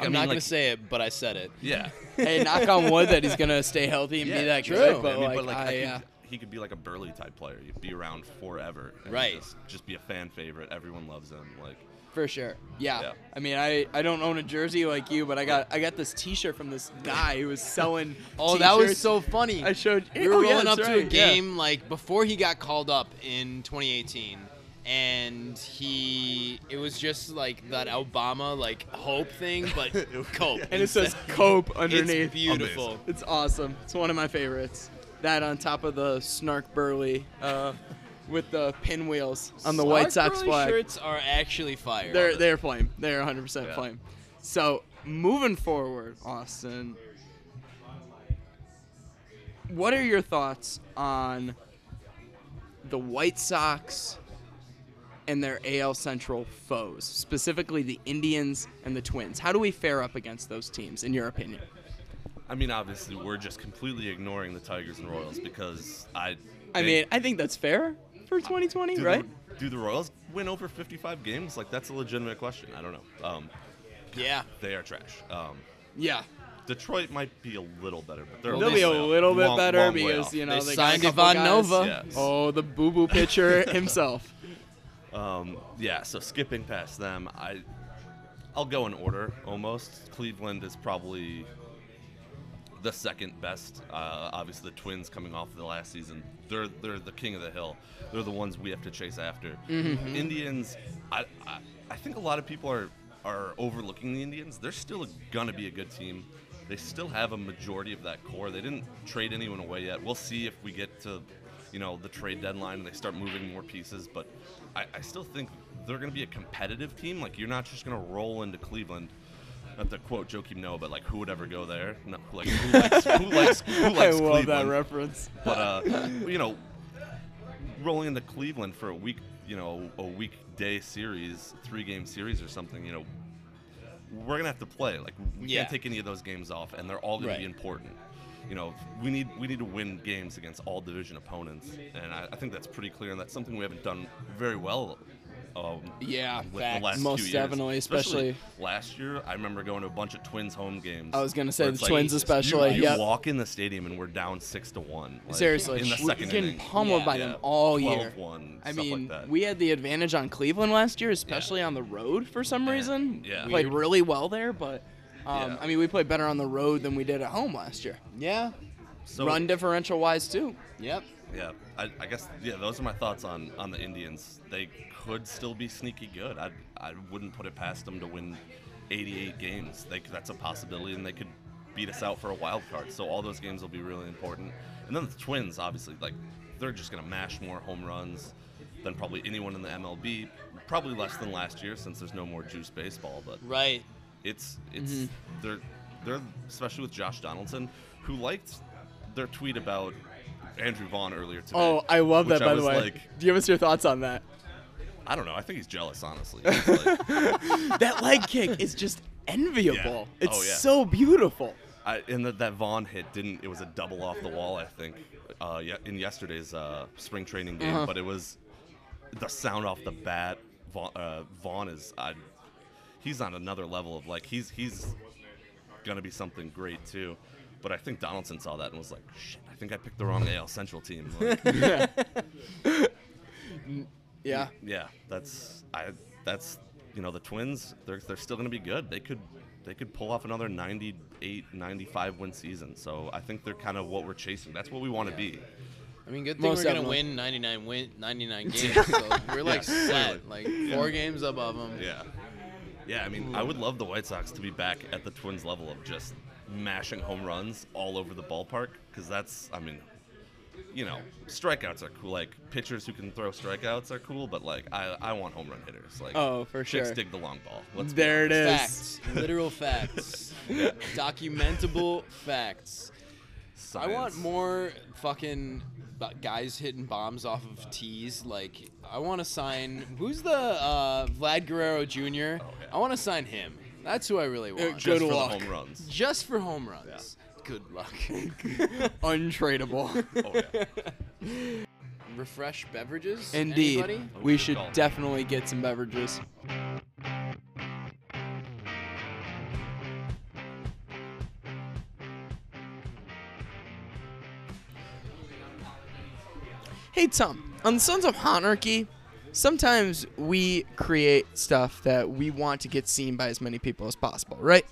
[SPEAKER 2] I'm
[SPEAKER 3] I mean,
[SPEAKER 2] not
[SPEAKER 3] like,
[SPEAKER 2] gonna say it, but I said it.
[SPEAKER 3] Yeah,
[SPEAKER 1] Hey, knock on wood that he's gonna stay healthy and
[SPEAKER 3] Yeah,
[SPEAKER 1] be that
[SPEAKER 3] exactly.
[SPEAKER 1] good. But,
[SPEAKER 3] I mean,
[SPEAKER 1] like,
[SPEAKER 3] but like, I
[SPEAKER 1] I,
[SPEAKER 3] think
[SPEAKER 1] uh,
[SPEAKER 3] he could be like a burly type player. You'd be around forever. and
[SPEAKER 2] Right.
[SPEAKER 3] Just, just be a fan favorite. Everyone loves him. Like,
[SPEAKER 1] For sure. Yeah.
[SPEAKER 3] Yeah.
[SPEAKER 1] I mean, I, I don't own a jersey like you, but I got I got this T-shirt from this guy who was selling.
[SPEAKER 2] Oh, that was
[SPEAKER 1] t-shirts.
[SPEAKER 2] so funny.
[SPEAKER 1] I showed.
[SPEAKER 2] we were
[SPEAKER 1] oh,
[SPEAKER 2] rolling
[SPEAKER 1] yeah,
[SPEAKER 2] up
[SPEAKER 1] that's
[SPEAKER 2] to a
[SPEAKER 1] right, yeah.
[SPEAKER 2] game like before he got called up in 2018 and he it was just like that obama like hope thing but cope
[SPEAKER 1] and it says
[SPEAKER 2] instead.
[SPEAKER 1] "Cope" underneath.
[SPEAKER 2] it's beautiful
[SPEAKER 1] It's awesome. It's one of my favorites. That on top of the Snark Burley uh, with the pinwheels on the White
[SPEAKER 2] Sark
[SPEAKER 1] Sox
[SPEAKER 2] Burley
[SPEAKER 1] flag.
[SPEAKER 2] shirts are actually fire
[SPEAKER 1] They're they're flame. They're 100%
[SPEAKER 3] Yeah.
[SPEAKER 1] flame. So moving forward, Austin, what are your thoughts on the White Sox and their AL Central foes, specifically the Indians and the Twins? How do we fare up against those teams, in your opinion?
[SPEAKER 3] I mean, obviously, we're just completely ignoring the Tigers and Royals because I.
[SPEAKER 1] I
[SPEAKER 3] they-
[SPEAKER 1] mean, I think that's fair for 2020,
[SPEAKER 3] do
[SPEAKER 1] right?
[SPEAKER 3] The, do the Royals win over 55 games? Like, that's a legitimate question. I don't know. Um,
[SPEAKER 2] yeah
[SPEAKER 3] they are trash. Um,
[SPEAKER 1] Yeah.
[SPEAKER 3] Detroit might be a little better, but they're
[SPEAKER 1] They'll be a
[SPEAKER 3] way off.
[SPEAKER 1] little bit
[SPEAKER 3] Long-
[SPEAKER 1] better
[SPEAKER 3] long way
[SPEAKER 1] because
[SPEAKER 3] off.
[SPEAKER 1] you know
[SPEAKER 2] They
[SPEAKER 1] got a
[SPEAKER 2] signed
[SPEAKER 1] couple
[SPEAKER 2] Ivan
[SPEAKER 1] guys.
[SPEAKER 2] Nova.
[SPEAKER 3] Yes.
[SPEAKER 1] Oh, the boo boo pitcher himself.
[SPEAKER 3] Um, yeah, so skipping past them, I I'll go in order almost. Cleveland is probably the second best. Uh, obviously, the Twins coming off the last season, they're they're the king of the hill. They're the ones we have to chase after. Indians, I, I I think a lot of people are are overlooking the Indians. They're still gonna be a good team. They still have a majority of that core. They didn't trade anyone away yet. We'll see if we get to you know the trade deadline and they start moving more pieces. But I, I still think they're gonna be a competitive team. Like you're not just gonna roll into Cleveland not to quote Joakim Noah, but like who would ever go there? No, like who likes who likes, who likes
[SPEAKER 1] I love
[SPEAKER 3] Cleveland?
[SPEAKER 1] that reference.
[SPEAKER 3] But uh, you know, rolling into Cleveland for a week, you know, a weekday series, three game series or something, you know, we're gonna have to play. Like we
[SPEAKER 2] Yeah.
[SPEAKER 3] can't take any of those games off, and they're all gonna
[SPEAKER 2] Right.
[SPEAKER 3] be important. You know, we need we need to win games against all division opponents, and I, I think that's pretty clear, and that's something we haven't done very well. Um,
[SPEAKER 1] Yeah,
[SPEAKER 3] with
[SPEAKER 2] Facts.
[SPEAKER 3] the last
[SPEAKER 1] Most
[SPEAKER 3] few years.
[SPEAKER 1] definitely, especially-
[SPEAKER 3] last year. I remember going to a bunch of Twins home games.
[SPEAKER 1] I was gonna say
[SPEAKER 3] where
[SPEAKER 1] the
[SPEAKER 3] it's
[SPEAKER 1] Twins
[SPEAKER 3] you-
[SPEAKER 1] especially,
[SPEAKER 3] You,
[SPEAKER 1] yep.
[SPEAKER 3] walk in the stadium and we're down six to one. like,
[SPEAKER 1] Seriously,
[SPEAKER 3] in the
[SPEAKER 1] we're
[SPEAKER 3] second
[SPEAKER 1] getting
[SPEAKER 3] inning.
[SPEAKER 1] pummeled
[SPEAKER 2] Yeah.
[SPEAKER 1] by
[SPEAKER 3] Yeah,
[SPEAKER 1] them all year.
[SPEAKER 3] 12-1,
[SPEAKER 1] I
[SPEAKER 3] stuff like
[SPEAKER 1] mean,
[SPEAKER 3] that.
[SPEAKER 1] we had the advantage on Cleveland last year, especially on the road for some reason.
[SPEAKER 3] yeah.
[SPEAKER 1] played really well there, but um,
[SPEAKER 3] Yeah.
[SPEAKER 1] I mean, we played better on the road than we did at home last year.
[SPEAKER 2] yeah
[SPEAKER 3] So-
[SPEAKER 1] Run differential wise too.
[SPEAKER 2] yep
[SPEAKER 3] Yeah, I, I guess yeah. Those are my thoughts on on the Indians. They could still be sneaky good. I I wouldn't put it past them to win 88 games. They, c- that's a possibility, and they could beat us out for a wild card. So all those games will be really important. And then the Twins, obviously, like they're just gonna mash more home runs than probably anyone in the MLB. Probably less than last year since there's no more juice baseball, but
[SPEAKER 2] right
[SPEAKER 3] it's it's
[SPEAKER 1] Mm-hmm.
[SPEAKER 3] they're they're especially with Josh Donaldson, who liked their tweet about Andrew Vaughn earlier today.
[SPEAKER 1] Oh, I love
[SPEAKER 3] which
[SPEAKER 1] that.
[SPEAKER 3] I
[SPEAKER 1] By the
[SPEAKER 3] was
[SPEAKER 1] way,
[SPEAKER 3] like,
[SPEAKER 1] give us your thoughts on that.
[SPEAKER 3] I don't know. I think he's jealous, honestly. He's like-
[SPEAKER 1] that leg kick is just enviable.
[SPEAKER 3] Yeah.
[SPEAKER 1] It's
[SPEAKER 3] Oh, yeah.
[SPEAKER 1] so beautiful.
[SPEAKER 3] I, and that that Vaughn hit didn't. It was a double off the wall, I think, uh, ye- in yesterday's uh, spring training game.
[SPEAKER 1] Uh-huh.
[SPEAKER 3] But it was the sound off the bat. Vaughn, uh, Vaughn is, I, he's on another level of like he's he's gonna be something great too. But I think Donaldson saw that and was like, shit, I think I picked the wrong AL Central team. Like,
[SPEAKER 1] Yeah.
[SPEAKER 3] yeah, that's I that's you know the Twins. They're they're still gonna be good. They could. They could pull off another 98, 95 win season. So I think they're kind of what we're chasing. That's what we want to be.
[SPEAKER 2] I mean, good thing
[SPEAKER 1] Most
[SPEAKER 2] we're gonna
[SPEAKER 1] definitely.
[SPEAKER 2] win 99 win 99 games. so we're like set, like four games above them.
[SPEAKER 3] Yeah. Yeah, I mean, I would love the White Sox to be back at the Twins level of just mashing home runs all over the ballpark because that's, I mean, you know, strikeouts are cool. Like pitchers who can throw strikeouts are cool, but like I, I want home run hitters. Like,
[SPEAKER 1] Oh, for
[SPEAKER 3] chicks
[SPEAKER 1] sure.
[SPEAKER 3] dig the long ball. Let's be
[SPEAKER 1] there it
[SPEAKER 3] honest.
[SPEAKER 1] is.
[SPEAKER 2] Facts, literal facts, documentable facts. I want
[SPEAKER 3] Science.
[SPEAKER 2] more fucking bu- guys hitting bombs off of tees. Like, I want to sign. Who's the uh, Vlad Guerrero Jr.? I want to sign him. That's who I really want.
[SPEAKER 1] good
[SPEAKER 3] just for
[SPEAKER 1] luck.
[SPEAKER 3] the home runs.
[SPEAKER 2] Just for home runs. Good luck.
[SPEAKER 1] Untradeable.
[SPEAKER 3] Oh yeah.
[SPEAKER 2] Refresh beverages.
[SPEAKER 1] Indeed.
[SPEAKER 2] Anybody?
[SPEAKER 1] We
[SPEAKER 3] good
[SPEAKER 1] should
[SPEAKER 3] call.
[SPEAKER 1] definitely get some beverages. Hey Tom, on the Sons of Honarchy, sometimes we create stuff that we want to get seen by as many people as possible, right?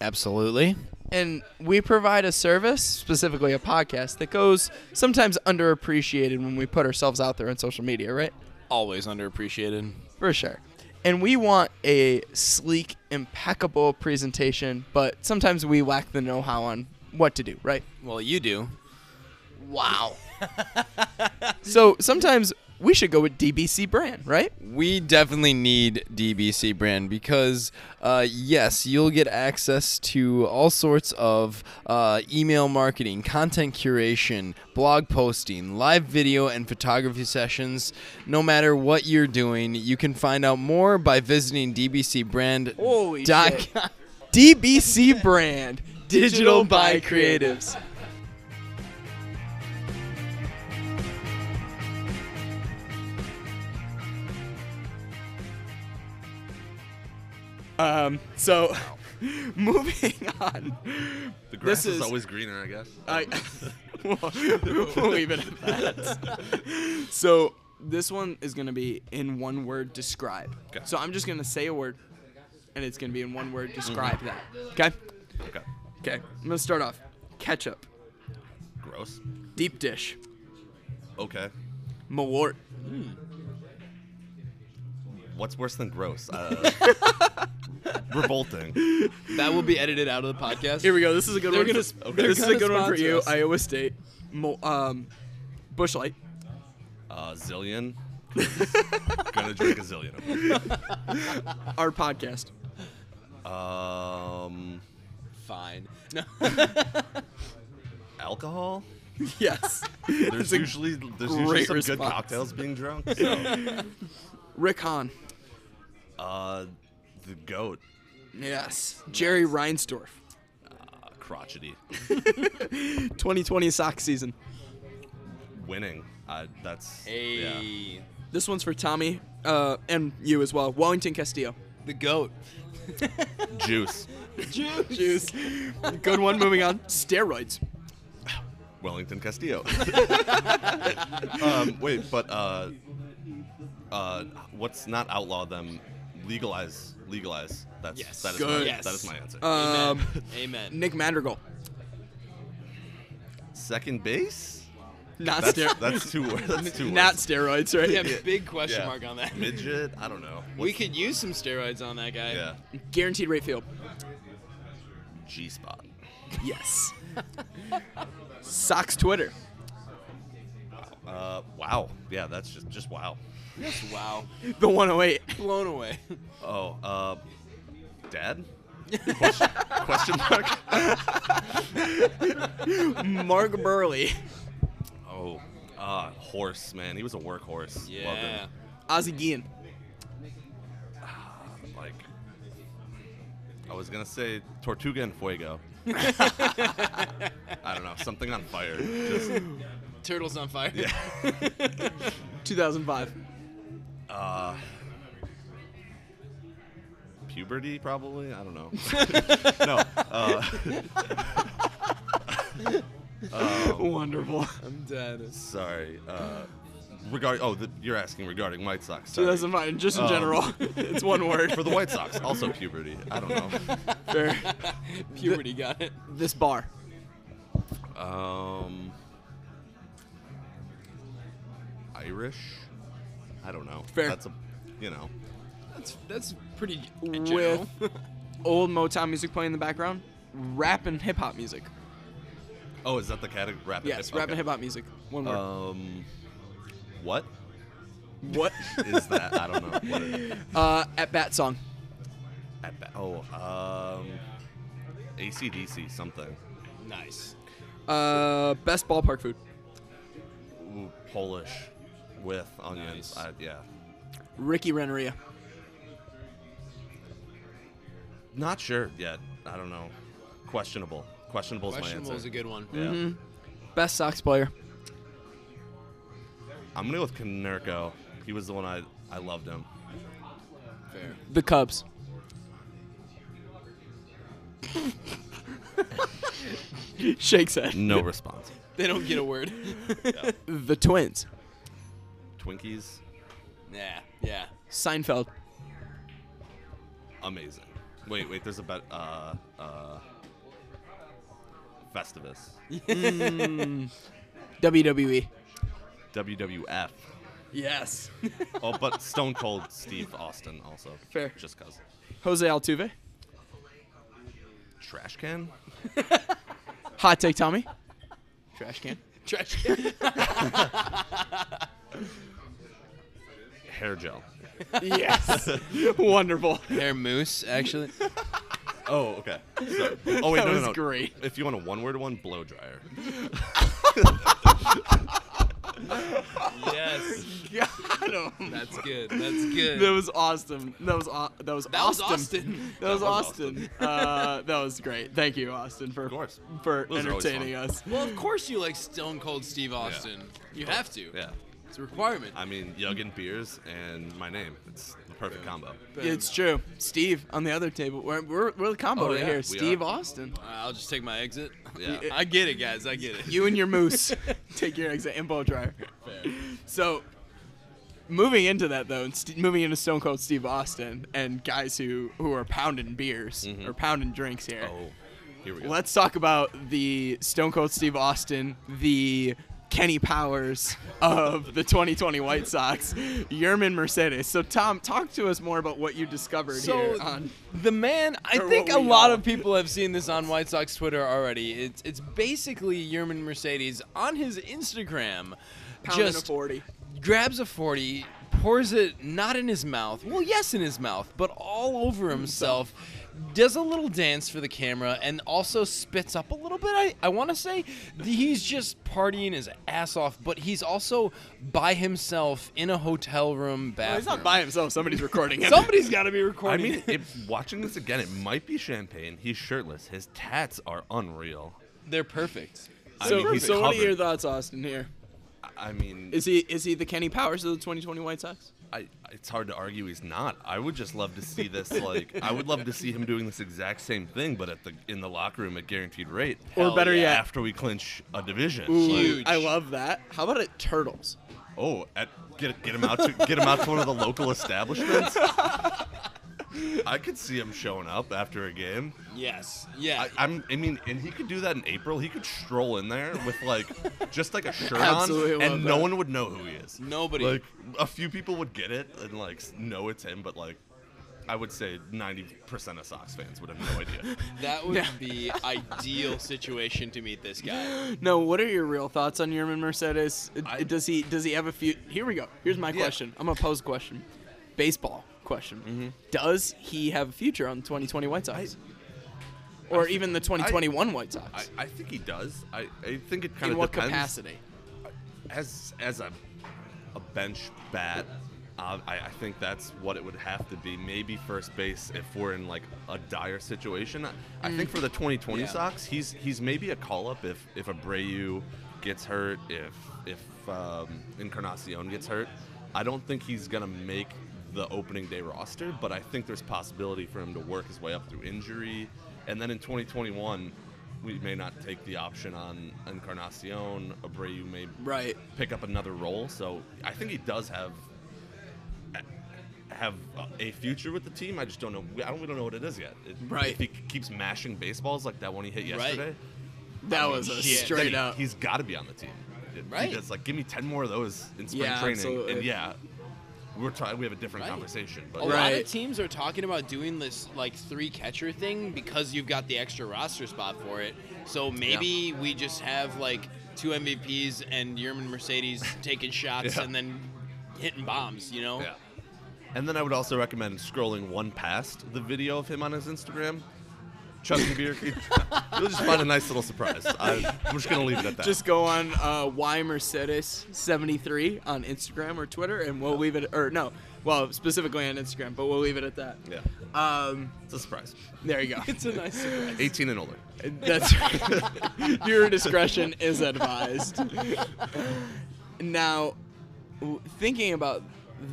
[SPEAKER 2] Absolutely.
[SPEAKER 1] and we provide a service, specifically a podcast, that goes sometimes underappreciated when we put ourselves out there on social media, right?
[SPEAKER 2] Always underappreciated.
[SPEAKER 1] For sure. And we want a sleek, impeccable presentation, but sometimes we lack the know how on what to do, right?
[SPEAKER 2] Well, you do.
[SPEAKER 1] Wow. so sometimes we should go with DBC brand, right?
[SPEAKER 2] We definitely need DBC brand because, uh, yes, you'll get access to all sorts of uh, email marketing, content curation, blog posting, live video, and photography sessions. No matter what you're doing, you can find out more by visiting DBCbrand.
[SPEAKER 1] Holy
[SPEAKER 2] dot
[SPEAKER 1] shit.
[SPEAKER 2] com.
[SPEAKER 1] DBC brand, digital by
[SPEAKER 2] by
[SPEAKER 1] creatives. Um, so moving on.
[SPEAKER 3] The grass is,
[SPEAKER 1] is-
[SPEAKER 3] always greener, I guess.
[SPEAKER 1] I we'll, we'll leave it at that. So this one is gonna be in one word describe.
[SPEAKER 3] Okay.
[SPEAKER 1] So I'm just gonna say a word, and it's gonna be in one word describe that. Okay.
[SPEAKER 3] Okay.
[SPEAKER 1] Okay. I'm gonna start off. Ketchup,
[SPEAKER 3] Gross.
[SPEAKER 1] deep dish,
[SPEAKER 3] Okay.
[SPEAKER 1] malort,
[SPEAKER 3] What's worse than gross? Uh, revolting.
[SPEAKER 2] That will be edited out of the podcast.
[SPEAKER 1] Here we go. This is a good
[SPEAKER 2] They're
[SPEAKER 1] one.
[SPEAKER 2] gonna-
[SPEAKER 1] for,
[SPEAKER 2] okay.
[SPEAKER 1] This is a
[SPEAKER 2] they're
[SPEAKER 1] good
[SPEAKER 2] gonna
[SPEAKER 1] one for you,
[SPEAKER 2] sponsor us.
[SPEAKER 1] Iowa State. Mo- um, Bush Light.
[SPEAKER 3] Uh, zillion. Gonna drink a zillion of 'em.
[SPEAKER 1] Our podcast.
[SPEAKER 3] Um,
[SPEAKER 2] Fine. No.
[SPEAKER 3] alcohol.
[SPEAKER 1] Yes.
[SPEAKER 3] There's usually there's usually
[SPEAKER 1] great
[SPEAKER 3] some good
[SPEAKER 1] response.
[SPEAKER 3] cocktails being drunk. So,
[SPEAKER 1] Rick Hahn.
[SPEAKER 3] uh, the goat,
[SPEAKER 1] Yes. Jerry Reinsdorf.
[SPEAKER 3] uh, crotchety,
[SPEAKER 1] 2020 sock season.
[SPEAKER 3] winning. Uh, that's yeah.
[SPEAKER 2] Hey.
[SPEAKER 1] This one's for Tommy uh, and you as well. Wellington Castillo.
[SPEAKER 2] The goat.
[SPEAKER 3] juice.
[SPEAKER 1] Juice. Good one. Moving on. Steroids.
[SPEAKER 3] Wellington Castillo. um, wait, but uh, uh, what's not outlaw them? Legalize, legalize. That's
[SPEAKER 2] Yes.
[SPEAKER 3] that is
[SPEAKER 1] Good.
[SPEAKER 3] my
[SPEAKER 2] Yes.
[SPEAKER 3] that is my answer.
[SPEAKER 2] Uh,
[SPEAKER 1] Um,
[SPEAKER 2] Amen.
[SPEAKER 1] Nick Madrigal.
[SPEAKER 3] Second base.
[SPEAKER 1] Not
[SPEAKER 3] That's,
[SPEAKER 1] steroids.
[SPEAKER 3] that's two words. That's two
[SPEAKER 1] Not
[SPEAKER 3] words.
[SPEAKER 1] steroids, right?
[SPEAKER 2] Yeah, big question
[SPEAKER 3] Yeah.
[SPEAKER 2] mark on that.
[SPEAKER 3] Midget. I don't know.
[SPEAKER 2] We
[SPEAKER 3] What's-
[SPEAKER 2] could use some steroids on that guy.
[SPEAKER 3] Yeah.
[SPEAKER 1] Guaranteed rate field.
[SPEAKER 3] G spot.
[SPEAKER 1] Yes. Sox Twitter.
[SPEAKER 3] Uh, wow. Yeah, that's just just wow.
[SPEAKER 2] Wow.
[SPEAKER 1] The 108.
[SPEAKER 2] Blown away.
[SPEAKER 3] Oh, uh, dad? question, question mark.
[SPEAKER 1] Mark Burley.
[SPEAKER 3] Oh, uh, horse man. He was a workhorse. Loved
[SPEAKER 2] Yeah.
[SPEAKER 3] him.
[SPEAKER 1] Ozzie Guillen.
[SPEAKER 3] Like I was gonna say Tortuga and Fuego. I don't know, something on fire. Just,
[SPEAKER 2] Turtles on fire.
[SPEAKER 3] yeah.
[SPEAKER 1] 2005.
[SPEAKER 3] Uh, puberty, probably. I don't know. no. Uh,
[SPEAKER 1] Wonderful.
[SPEAKER 4] I'm dead.
[SPEAKER 3] sorry. Uh, regard. Oh, the, you're asking regarding White Sox. sorry.
[SPEAKER 1] 2005. Just in general, it's one word.
[SPEAKER 3] For the White Sox, also puberty. I don't know.
[SPEAKER 1] Fair.
[SPEAKER 4] Puberty got it.
[SPEAKER 1] This bar.
[SPEAKER 3] Um, Irish. I don't know.
[SPEAKER 1] Fair.
[SPEAKER 3] That's a, you know.
[SPEAKER 4] That's that's pretty general.
[SPEAKER 1] With old Motown music playing in the background, rap and hip hop music.
[SPEAKER 3] Oh, is that the category? Rap and
[SPEAKER 1] Yes,
[SPEAKER 3] hip-hop?
[SPEAKER 1] rap and
[SPEAKER 3] Okay.
[SPEAKER 1] hip hop music. One word.
[SPEAKER 3] Um, what
[SPEAKER 1] what?
[SPEAKER 3] is that? I don't know. What it,
[SPEAKER 1] uh, at bat song.
[SPEAKER 3] at ba- oh, um, ACDC something.
[SPEAKER 4] nice.
[SPEAKER 1] Uh, best ballpark food.
[SPEAKER 3] Ooh, Polish with onions.
[SPEAKER 4] Nice.
[SPEAKER 3] I, yeah.
[SPEAKER 1] Ricky Renneria.
[SPEAKER 3] Not sure yet. I don't know. Questionable. Questionable is my
[SPEAKER 2] Questionable
[SPEAKER 3] answer.
[SPEAKER 2] is a good one.
[SPEAKER 3] yeah.
[SPEAKER 1] Best Sox player.
[SPEAKER 3] I'm gonna go with Konerko. He was the one I I loved him.
[SPEAKER 4] Fair.
[SPEAKER 1] The Cubs. Shakes head.
[SPEAKER 3] No response.
[SPEAKER 4] They don't get a word.
[SPEAKER 1] The Twins.
[SPEAKER 3] Twinkies,
[SPEAKER 4] yeah. Yeah.
[SPEAKER 1] Seinfeld.
[SPEAKER 3] amazing. Wait, wait. There's a bet. Uh, uh, Festivus.
[SPEAKER 1] WWE.
[SPEAKER 3] WWF.
[SPEAKER 4] Yes.
[SPEAKER 3] Oh, but Stone Cold Steve Austin also.
[SPEAKER 1] Fair.
[SPEAKER 3] Just cause.
[SPEAKER 1] Jose Altuve.
[SPEAKER 3] Trash can.
[SPEAKER 1] Hot take Tommy. Trash can.
[SPEAKER 4] Trash.
[SPEAKER 3] Hair gel.
[SPEAKER 1] Yes. Wonderful.
[SPEAKER 2] Hair moose, actually.
[SPEAKER 3] Oh, okay. So, oh wait,
[SPEAKER 1] That
[SPEAKER 3] no,
[SPEAKER 1] was
[SPEAKER 3] no, no.
[SPEAKER 1] great.
[SPEAKER 3] If you want a one-word one, blow dryer.
[SPEAKER 4] yes.
[SPEAKER 1] Got him.
[SPEAKER 4] That's good. That's good.
[SPEAKER 1] That was awesome. That was au- that was
[SPEAKER 4] That was
[SPEAKER 1] Austin.
[SPEAKER 4] Austin.
[SPEAKER 1] That was
[SPEAKER 3] was
[SPEAKER 1] Austin. Uh, that was great. Thank you, Austin, for
[SPEAKER 3] course.
[SPEAKER 1] for
[SPEAKER 3] Those are always
[SPEAKER 1] entertaining
[SPEAKER 3] fun.
[SPEAKER 1] us.
[SPEAKER 2] well, of course you like Stone Cold Steve Austin. You have to.
[SPEAKER 3] Yeah.
[SPEAKER 2] It's a requirement.
[SPEAKER 3] I mean, Yuggin beers and my name. It's the perfect combo.
[SPEAKER 1] It's true. Steve on the other table. We're we're, we're the combo
[SPEAKER 3] Oh,
[SPEAKER 1] right
[SPEAKER 3] yeah,
[SPEAKER 1] here.
[SPEAKER 3] we
[SPEAKER 1] Steve
[SPEAKER 3] are.
[SPEAKER 1] Austin.
[SPEAKER 2] I'll just take my exit.
[SPEAKER 3] Yeah.
[SPEAKER 2] I get it, guys. I get it.
[SPEAKER 1] You and your moose take your exit and blow dryer. So, moving into that though, and st- moving into Stone Cold Steve Austin and guys who who are pounding beers or pounding drinks here.
[SPEAKER 3] Mm-hmm. Oh, here we go.
[SPEAKER 1] Let's talk about the Stone Cold Steve Austin, the Kenny Powers of the 2020 White Sox, Yerman Mercedes. So, Tom, talk to us more about what you discovered
[SPEAKER 2] So
[SPEAKER 1] here. On,
[SPEAKER 2] the man, I
[SPEAKER 1] Or
[SPEAKER 2] think
[SPEAKER 1] what
[SPEAKER 2] a
[SPEAKER 1] we
[SPEAKER 2] lot
[SPEAKER 1] all-
[SPEAKER 2] of people have seen this on White Sox Twitter already. It's it's basically Yerman Mercedes on his Instagram,
[SPEAKER 1] pounding a
[SPEAKER 2] just
[SPEAKER 1] 40.
[SPEAKER 2] grabs a forty, pours it not in his mouth, well yes in his mouth, but all over himself. Does a little dance for the camera and also spits up a little bit. I, I want to say he's just partying his ass off, but he's also by himself in a hotel room bathroom.
[SPEAKER 1] He's not by himself. Somebody's recording him.
[SPEAKER 2] Somebody's got to be
[SPEAKER 3] I
[SPEAKER 2] recording.
[SPEAKER 3] mean, it, watching this again, it might be champagne. He's shirtless. His tats are unreal.
[SPEAKER 2] they're perfect.
[SPEAKER 1] so,
[SPEAKER 3] I mean, he's
[SPEAKER 1] so what are
[SPEAKER 3] covered.
[SPEAKER 1] your thoughts, Austin? Here
[SPEAKER 3] I mean,
[SPEAKER 1] is he is he the Kenny Powers of the 2020 White Sox?
[SPEAKER 3] I, it's hard to argue he's not. I would just love to see this. Like, I would love to see him doing this exact same thing, but at the in the locker room at guaranteed rate,
[SPEAKER 1] Or better
[SPEAKER 2] yeah.
[SPEAKER 1] yet,
[SPEAKER 3] after we clinch a division.
[SPEAKER 1] Ooh,
[SPEAKER 3] Like,
[SPEAKER 2] Huge.
[SPEAKER 1] I love that. How about at Turtles?
[SPEAKER 3] Oh, at, get get him out to get him out to one of the local establishments. I could see him showing up after a game.
[SPEAKER 4] yes. Yeah.
[SPEAKER 3] I, I'm, I mean, and he could do that in April. He could stroll in there with like just like a shirt
[SPEAKER 1] Absolutely
[SPEAKER 3] on,
[SPEAKER 1] love
[SPEAKER 3] and no
[SPEAKER 1] that.
[SPEAKER 3] one would know who he is.
[SPEAKER 2] Nobody.
[SPEAKER 3] Like a few people would get it and like s- know it's him, but like I would say 90% of Sox fans would have no idea.
[SPEAKER 2] That would be ideal situation to meet this guy.
[SPEAKER 1] No, what are your real thoughts on Yerman Mercedes? It-
[SPEAKER 3] I-
[SPEAKER 1] does he does he have a few? Here we go. Here's my
[SPEAKER 3] Yeah.
[SPEAKER 1] question. I'm gonna pose a question. Baseball question.
[SPEAKER 3] Mm-hmm.
[SPEAKER 1] Does he have a future on the 2020 White Sox, or even the 2021 White Sox?
[SPEAKER 3] I, I think he does. I, I think it kind
[SPEAKER 1] in
[SPEAKER 3] of
[SPEAKER 1] what
[SPEAKER 3] depends.
[SPEAKER 1] capacity?
[SPEAKER 3] as as a a bench bat, Uh, I, I think that's what it would have to be. Maybe first base if we're in like a dire situation. I, I think for the 2020
[SPEAKER 4] Yeah.
[SPEAKER 3] Sox, he's he's maybe a call up if if Abreu gets hurt, if if um, Encarnacion gets hurt. I don't think he's gonna make the opening day roster, but I think there's possibility for him to work his way up through injury, and then in 2021. We may not take the option on Encarnacion. Abreu may
[SPEAKER 1] Right.
[SPEAKER 3] pick up another role. So I think he does have have a future with the team. I just don't know. I don't. We don't know what it is yet. It,
[SPEAKER 1] Right.
[SPEAKER 3] If he keeps mashing baseballs like that one he hit yesterday,
[SPEAKER 1] That was a
[SPEAKER 3] shit, then
[SPEAKER 1] straight
[SPEAKER 3] he,
[SPEAKER 1] up.
[SPEAKER 3] He's got to be on the team. It-
[SPEAKER 2] Right.
[SPEAKER 3] It's like give me ten more of those in spring
[SPEAKER 1] Yeah,
[SPEAKER 3] training,
[SPEAKER 1] absolutely. Oh,
[SPEAKER 3] and yeah, we're trying. We have a different
[SPEAKER 2] Right.
[SPEAKER 3] conversation.
[SPEAKER 2] A
[SPEAKER 3] But
[SPEAKER 2] lot
[SPEAKER 1] Right.
[SPEAKER 2] of teams are talking about doing this like three catcher thing because you've got the extra roster spot for it. So maybe we just have like two MVPs and Yerman Mercedes taking shots
[SPEAKER 3] Yeah.
[SPEAKER 2] and then hitting bombs, you know?
[SPEAKER 3] Yeah. And then I would also recommend scrolling one past the video of him on his Instagram. Chugging beer. You'll just find a nice little surprise. I, we're just gonna leave it at that.
[SPEAKER 1] Just go on uh, Y Mercedes seventy three on Instagram or Twitter, and we'll leave it. Or no, well, specifically on Instagram, but we'll leave it at that.
[SPEAKER 3] yeah.
[SPEAKER 1] Um,
[SPEAKER 3] It's a surprise.
[SPEAKER 1] there you go. it's a nice.
[SPEAKER 3] 18 and older.
[SPEAKER 1] That's your discretion is advised. Now, w- thinking about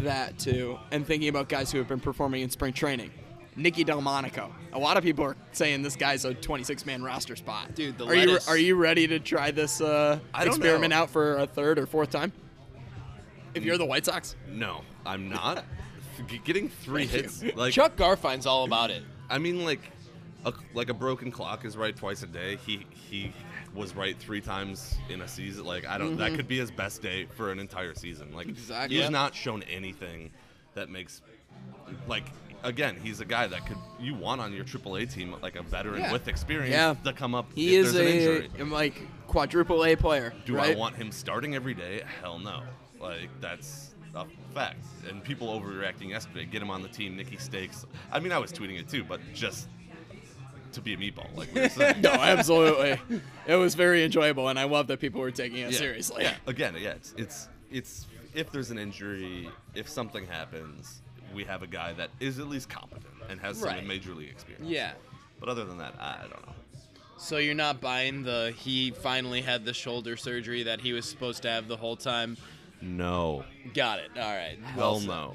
[SPEAKER 1] that too, and thinking about guys who have been performing in spring training, Nicky Delmonico. A lot of people are saying this guy's a 26-man roster spot.
[SPEAKER 2] Dude, the
[SPEAKER 1] are you
[SPEAKER 2] lettuce.
[SPEAKER 1] are you ready to try this uh,
[SPEAKER 3] I don't
[SPEAKER 1] experiment
[SPEAKER 3] know.
[SPEAKER 1] out for a third or fourth time? If you're the White Sox,
[SPEAKER 3] No, I'm not. G- Getting three
[SPEAKER 1] Thank
[SPEAKER 3] hits,
[SPEAKER 1] you.
[SPEAKER 3] like
[SPEAKER 2] Chuck Garfine's all about it.
[SPEAKER 3] I mean, like a, like a broken clock is right twice a day. He he was right three times in a season. Like I don't. That could be his best day for an entire season. Like
[SPEAKER 1] Mm-hmm. Exactly.
[SPEAKER 3] he's
[SPEAKER 1] Yeah.
[SPEAKER 3] not shown anything that makes like. Again, he's a guy that could you want on your AAA team, like a veteran
[SPEAKER 2] Yeah.
[SPEAKER 3] with experience,
[SPEAKER 1] Yeah.
[SPEAKER 3] to come up.
[SPEAKER 1] he
[SPEAKER 3] if
[SPEAKER 1] is
[SPEAKER 3] there's an
[SPEAKER 1] a
[SPEAKER 3] injury.
[SPEAKER 1] I'm like quadruple A player.
[SPEAKER 3] Do
[SPEAKER 1] right?
[SPEAKER 3] I want him starting every day? Hell no. Like that's a fact. And people overreacting yesterday. Get him on the team, Nikki Stakes. I mean, I was tweeting it too, but just to be a meatball, like we were saying.
[SPEAKER 1] No, absolutely. it was very enjoyable, and I love that people were taking it
[SPEAKER 3] Yeah.
[SPEAKER 1] seriously.
[SPEAKER 3] Yeah. Again, yeah, it's, it's it's if there's an injury, if something happens, we have a guy that is at least competent and has
[SPEAKER 2] Right.
[SPEAKER 3] some major league experience.
[SPEAKER 2] Yeah.
[SPEAKER 3] But other than that, I don't know.
[SPEAKER 2] So you're not buying the he finally had the shoulder surgery that he was supposed to have the whole time.
[SPEAKER 3] No.
[SPEAKER 2] Got it. All right.
[SPEAKER 3] Hell
[SPEAKER 2] Well said.
[SPEAKER 3] no.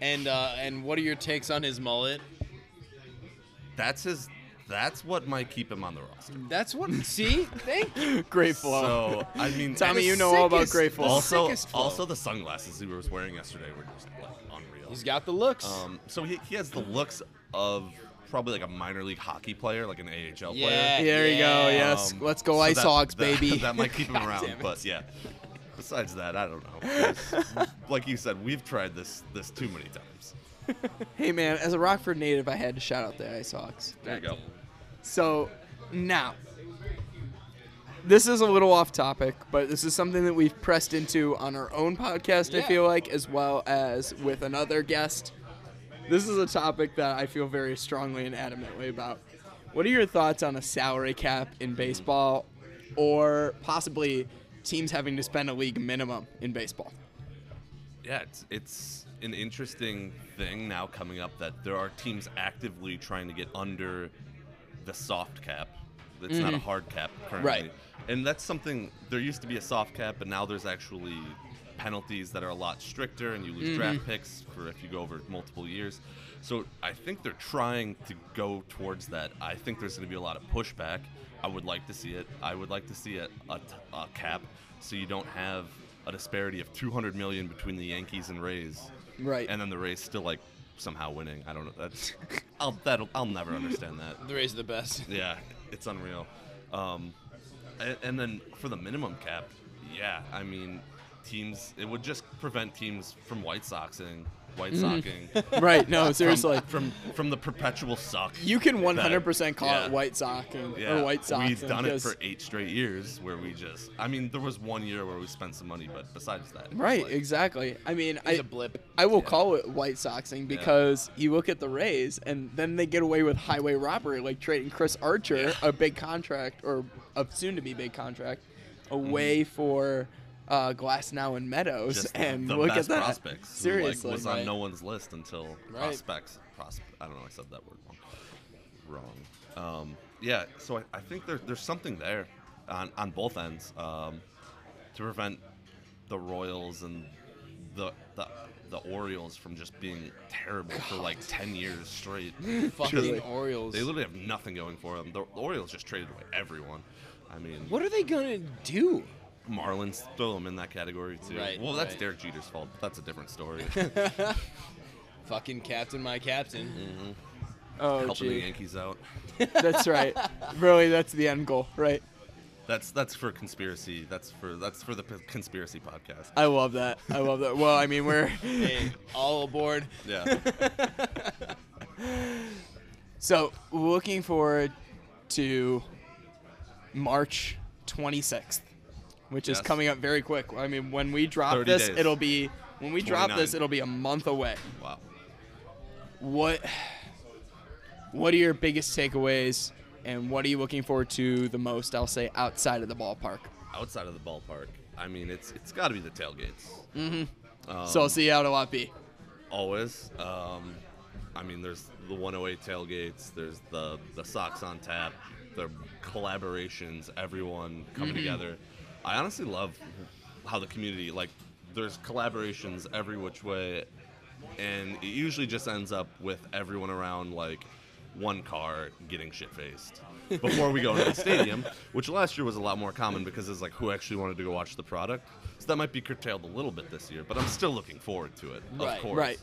[SPEAKER 2] And uh, and what are your takes on his mullet?
[SPEAKER 3] that's his. That's what might keep him on the roster.
[SPEAKER 2] That's what. See, thank you.
[SPEAKER 1] Great flow.
[SPEAKER 3] So I mean,
[SPEAKER 1] Tommy,
[SPEAKER 2] the
[SPEAKER 1] you know all about
[SPEAKER 2] sickest-
[SPEAKER 1] Great Flow.
[SPEAKER 2] the
[SPEAKER 3] also,
[SPEAKER 2] sickest flow.
[SPEAKER 3] also the sunglasses he was wearing yesterday were just like unreal.
[SPEAKER 2] He's got the looks.
[SPEAKER 3] um, so he, he has the looks of probably like a minor league hockey player, like an AHL
[SPEAKER 2] Yeah.
[SPEAKER 3] player.
[SPEAKER 1] there you go.
[SPEAKER 2] Yeah.
[SPEAKER 1] Yes,
[SPEAKER 3] Um,
[SPEAKER 1] let's go
[SPEAKER 3] so
[SPEAKER 1] Ice
[SPEAKER 3] that-
[SPEAKER 1] Hogs,
[SPEAKER 3] that-
[SPEAKER 1] baby.
[SPEAKER 3] That might keep him around,
[SPEAKER 1] damn it.
[SPEAKER 3] but yeah. Besides that, I don't know. There's- like you said, we've tried this this too many times.
[SPEAKER 1] hey, man, as a Rockford native, I had to shout out the Ice Hawks.
[SPEAKER 3] There you go.
[SPEAKER 1] So now, this is a little off topic, but this is something that we've pressed into on our own podcast. I
[SPEAKER 2] Yeah.
[SPEAKER 1] feel like, as well as with another guest. This is a topic that I feel very strongly and adamantly about. What are your thoughts on a salary cap in baseball, or possibly teams having to spend a league minimum in baseball?
[SPEAKER 3] Yeah, it's it's an interesting thing now coming up that there are teams actively trying to get under the soft cap. It's not a hard cap currently.
[SPEAKER 1] Mm-hmm. Right.
[SPEAKER 3] And that's something there used to be a soft cap, but now there's actually penalties that are a lot stricter and you lose draft picks for if you go over multiple years. So I think they're trying to go towards that. I think there's going to be a lot of pushback. I would like to see it. I would like to see a, a t- a cap so you don't have a disparity of 200 million between the Yankees and Rays.
[SPEAKER 1] Right.
[SPEAKER 3] And then the Rays still like somehow winning. I don't know. That's I'll that'll I'll never understand that.
[SPEAKER 2] the Rays are the best.
[SPEAKER 3] Yeah, it's unreal. Um, and, and then for the minimum cap, yeah, I mean, teams it would just prevent teams from white soxing, white
[SPEAKER 1] Mm-hmm.
[SPEAKER 3] socking.
[SPEAKER 1] right. No, seriously.
[SPEAKER 3] From, from from the perpetual suck.
[SPEAKER 1] You can 100% call
[SPEAKER 3] Yeah.
[SPEAKER 1] it White Sox and,
[SPEAKER 3] yeah,
[SPEAKER 1] or White Sox.
[SPEAKER 3] We've done it
[SPEAKER 1] because-
[SPEAKER 3] for eight straight years where we just. I mean, there was one year where we spent some money, but besides that, it was
[SPEAKER 1] Right,
[SPEAKER 3] like-
[SPEAKER 1] exactly. I mean, I
[SPEAKER 2] He's a blip.
[SPEAKER 1] I will call it White Soxing because you look at the Rays and then they get away with highway robbery, like trading Chris
[SPEAKER 3] Mm-hmm.
[SPEAKER 1] Archer, a big contract or a soon to be big contract, away for uh, Glass now and Meadows,
[SPEAKER 3] Just
[SPEAKER 1] and
[SPEAKER 3] the
[SPEAKER 1] look at
[SPEAKER 3] best
[SPEAKER 1] that.
[SPEAKER 3] prospects. who, like,
[SPEAKER 1] Seriously,
[SPEAKER 3] was
[SPEAKER 1] like-
[SPEAKER 3] on no one's list until
[SPEAKER 1] Right.
[SPEAKER 3] prospects. Prosp- I don't know. I said that word wrong. Wrong. Um, yeah. So I, I think there, there's something there on on both ends um, to prevent the Royals and the the the Orioles from just being terrible for like ten years straight.
[SPEAKER 2] Fucking Orioles.
[SPEAKER 3] They literally have nothing going for them. The, the Orioles just traded away everyone. I mean,
[SPEAKER 2] What are they gonna do?
[SPEAKER 3] Marlins throw them in that category too.
[SPEAKER 2] Right,
[SPEAKER 3] well, that's
[SPEAKER 2] right.
[SPEAKER 3] Derek Jeter's fault. But that's a different story.
[SPEAKER 2] Fucking captain, my
[SPEAKER 3] Mm.
[SPEAKER 2] captain.
[SPEAKER 1] Oh,
[SPEAKER 3] Helping the
[SPEAKER 1] gee.
[SPEAKER 3] Yankees out.
[SPEAKER 1] that's right. Really, that's the end goal, right?
[SPEAKER 3] That's that's for conspiracy. That's for that's for the p- conspiracy podcast.
[SPEAKER 2] Uh,
[SPEAKER 1] I love that. I love that. Well, I mean, we're
[SPEAKER 2] hey, all aboard.
[SPEAKER 3] Yeah.
[SPEAKER 1] so looking forward to March 26th, which is
[SPEAKER 3] Yes.
[SPEAKER 1] coming up very quick. I mean, when we drop
[SPEAKER 3] 30
[SPEAKER 1] this,
[SPEAKER 3] days.
[SPEAKER 1] it'll be when we drop this,
[SPEAKER 3] 29.
[SPEAKER 1] it'll be a month away.
[SPEAKER 3] wow.
[SPEAKER 1] What What are your biggest takeaways, and what are you looking forward to the most? I'll say outside of the ballpark.
[SPEAKER 3] Outside of the ballpark, I mean, it's it's got to be the tailgates.
[SPEAKER 1] so
[SPEAKER 3] Um,
[SPEAKER 1] I'll see you out a lot, B.
[SPEAKER 3] Always. Um, I mean, there's the 108 tailgates. There's the the socks on tap. The collaborations. Everyone
[SPEAKER 2] Mm-hmm.
[SPEAKER 3] coming together. I honestly love how the community like. There's collaborations every which way, and it usually just ends up with everyone around like one car getting shit faced before we go to the stadium, which last year was a lot more common because it's like who actually wanted to go watch the product. So that might be curtailed a little bit this year, but I'm still looking forward to it.
[SPEAKER 2] Right,
[SPEAKER 3] of course.
[SPEAKER 1] right.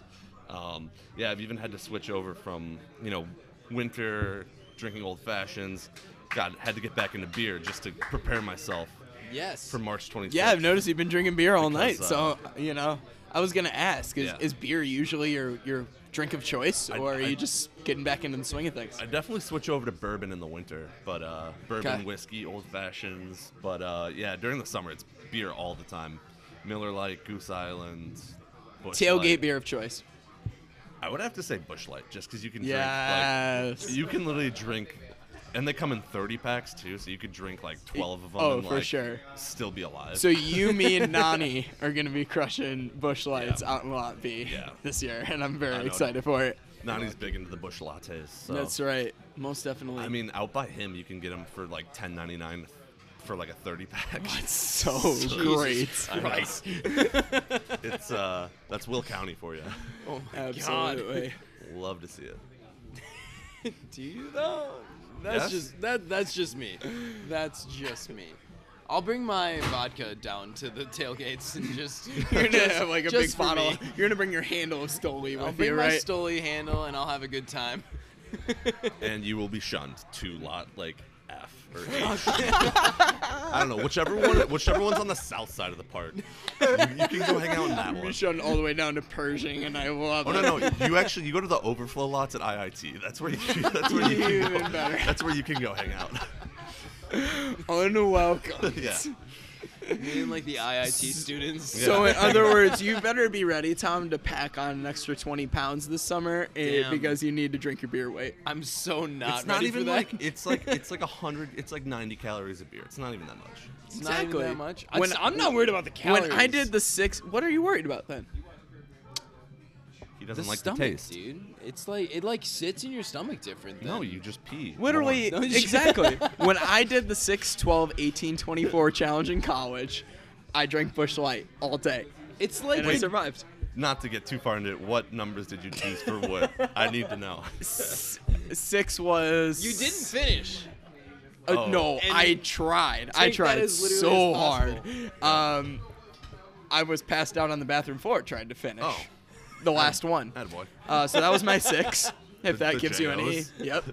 [SPEAKER 3] Um, yeah, I've even had to switch over from you know winter drinking old fashions. God, had to get back into beer just to prepare myself
[SPEAKER 2] Yes.
[SPEAKER 3] for March 26th.
[SPEAKER 1] Yeah, I've noticed you've been drinking beer all
[SPEAKER 3] Because,
[SPEAKER 1] night. So you know, I was gonna ask: is,
[SPEAKER 3] Yeah.
[SPEAKER 1] is beer usually your your drink of choice,
[SPEAKER 3] I-
[SPEAKER 1] or are
[SPEAKER 3] I-
[SPEAKER 1] you just getting back into the swing of things?
[SPEAKER 3] I definitely switch over to bourbon in the winter, but uh, bourbon,
[SPEAKER 1] 'Kay.
[SPEAKER 3] whiskey, old fashions. But uh, yeah, during the summer, it's beer all the time. Miller Lite, Goose Island, Bush
[SPEAKER 1] Tailgate
[SPEAKER 3] Light.
[SPEAKER 1] beer of choice.
[SPEAKER 3] I would have to say Bush Light, just because you can drink.
[SPEAKER 1] Yes.
[SPEAKER 3] Like, you can literally drink, and they come in 30 packs too, so you could drink like 12 of them.
[SPEAKER 1] Oh,
[SPEAKER 3] and,
[SPEAKER 1] for
[SPEAKER 3] like,
[SPEAKER 1] sure.
[SPEAKER 3] Still be alive.
[SPEAKER 1] So you, me, and Nani are gonna be crushing bush lights out in Lot B
[SPEAKER 3] Yeah.
[SPEAKER 1] this year, and I'm very
[SPEAKER 3] I know.
[SPEAKER 1] excited for it.
[SPEAKER 3] Nani's big into the Bush lattes. So.
[SPEAKER 1] That's right, most definitely.
[SPEAKER 3] I mean, out by him, you can get them for like 10.99 for like a 30 pack.
[SPEAKER 1] so
[SPEAKER 3] Jesus Oh
[SPEAKER 1] great.
[SPEAKER 3] Christ. it's uh, that's Will County for you.
[SPEAKER 2] oh my
[SPEAKER 1] Absolutely.
[SPEAKER 3] Love to see it.
[SPEAKER 2] God. Do you though? That's
[SPEAKER 3] Yes.
[SPEAKER 2] just that. That's just me. That's just me. I'll bring my vodka down to the tailgates and just
[SPEAKER 1] You're gonna
[SPEAKER 2] just-
[SPEAKER 1] have like a
[SPEAKER 2] just
[SPEAKER 1] big
[SPEAKER 2] for
[SPEAKER 1] bottle.
[SPEAKER 2] me.
[SPEAKER 1] You're gonna bring your handle of Stoli
[SPEAKER 2] I'll
[SPEAKER 1] with
[SPEAKER 2] bring
[SPEAKER 1] you,
[SPEAKER 2] my
[SPEAKER 1] right?
[SPEAKER 2] Stoli handle and I'll have a good time.
[SPEAKER 3] And you will be shunned to lot like F or
[SPEAKER 2] Oh,
[SPEAKER 3] H. I don't know whichever one, whichever one's on the south side of the park. You, you can go hang out in that
[SPEAKER 1] We
[SPEAKER 3] one.
[SPEAKER 1] shone all the way down to Pershing, and I love
[SPEAKER 3] Oh
[SPEAKER 1] it.
[SPEAKER 3] no no! You actually you go to the overflow lots at IIT. That's where you that's where you can
[SPEAKER 1] Even
[SPEAKER 3] go,
[SPEAKER 1] better.
[SPEAKER 3] that's where you can go hang out.
[SPEAKER 1] Unwelcome.
[SPEAKER 3] Yeah,
[SPEAKER 2] Me and like the IIT students.
[SPEAKER 1] So
[SPEAKER 3] Yeah.
[SPEAKER 1] in other words, you better be ready, Tom, to pack on an extra 20 pounds this summer eh,
[SPEAKER 2] Damn.
[SPEAKER 1] because you need to drink your beer weight.
[SPEAKER 2] I'm so not
[SPEAKER 3] it's not
[SPEAKER 2] ready
[SPEAKER 3] even
[SPEAKER 2] for that.
[SPEAKER 3] like it's like it's like a hundred. It's like ninety calories of beer. It's not even that much.
[SPEAKER 2] It's not even that much. I-
[SPEAKER 1] When-
[SPEAKER 2] I'm not worried about the calories.
[SPEAKER 1] When I did the six, what are you worried about then?
[SPEAKER 3] He doesn't
[SPEAKER 2] the
[SPEAKER 3] like
[SPEAKER 2] stomach,
[SPEAKER 3] the taste.
[SPEAKER 2] dude. It's like it like sits in your stomach different.
[SPEAKER 3] No,
[SPEAKER 2] than-
[SPEAKER 3] you just pee.
[SPEAKER 1] Literally,
[SPEAKER 2] No, you-
[SPEAKER 1] exactly. when I did the 6, 12, 18, 24 challenge in college, I drank Bush Light all day.
[SPEAKER 2] It's like
[SPEAKER 1] And I survived.
[SPEAKER 3] Not to get too far into it, what numbers did you choose for what? I need to know.
[SPEAKER 1] S- six was.
[SPEAKER 2] you didn't finish.
[SPEAKER 1] Uh,
[SPEAKER 3] Oh.
[SPEAKER 1] No,
[SPEAKER 2] And
[SPEAKER 1] I tried. I
[SPEAKER 2] take that
[SPEAKER 1] tried
[SPEAKER 2] as literally
[SPEAKER 1] so
[SPEAKER 2] as
[SPEAKER 1] hard.
[SPEAKER 2] possible.
[SPEAKER 1] Um, I was passed out on the bathroom floor trying to finish
[SPEAKER 3] Oh.
[SPEAKER 1] the last one.
[SPEAKER 3] Attaboy.
[SPEAKER 1] Uh, so that was my six. If
[SPEAKER 3] The-
[SPEAKER 1] that
[SPEAKER 3] the
[SPEAKER 1] gives
[SPEAKER 3] JOs.
[SPEAKER 1] you any, yep.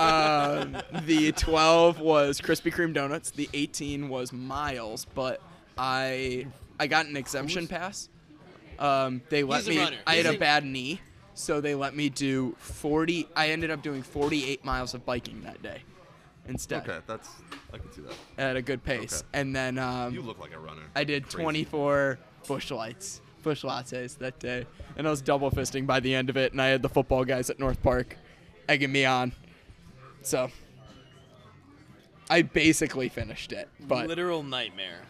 [SPEAKER 1] Um, the 12 was Krispy Kreme donuts. The 18 was Miles, but I I got an exemption pass. Um, they let
[SPEAKER 2] He's a
[SPEAKER 1] me.
[SPEAKER 2] runner.
[SPEAKER 1] I had
[SPEAKER 2] He's
[SPEAKER 1] a
[SPEAKER 2] a-
[SPEAKER 1] bad knee, so they let me do 40. I ended up doing 48 miles of biking that day instead
[SPEAKER 3] Okay, that's I can see that.
[SPEAKER 1] at a good pace.
[SPEAKER 3] Okay.
[SPEAKER 1] And then um,
[SPEAKER 3] You look like a runner.
[SPEAKER 1] I did
[SPEAKER 3] Crazy.
[SPEAKER 1] 24 bush lights, bush lattes that day, and I was double fisting by the end of it. And I had the football guys at North Park egging me on, so I basically finished it. But
[SPEAKER 2] Literal nightmare.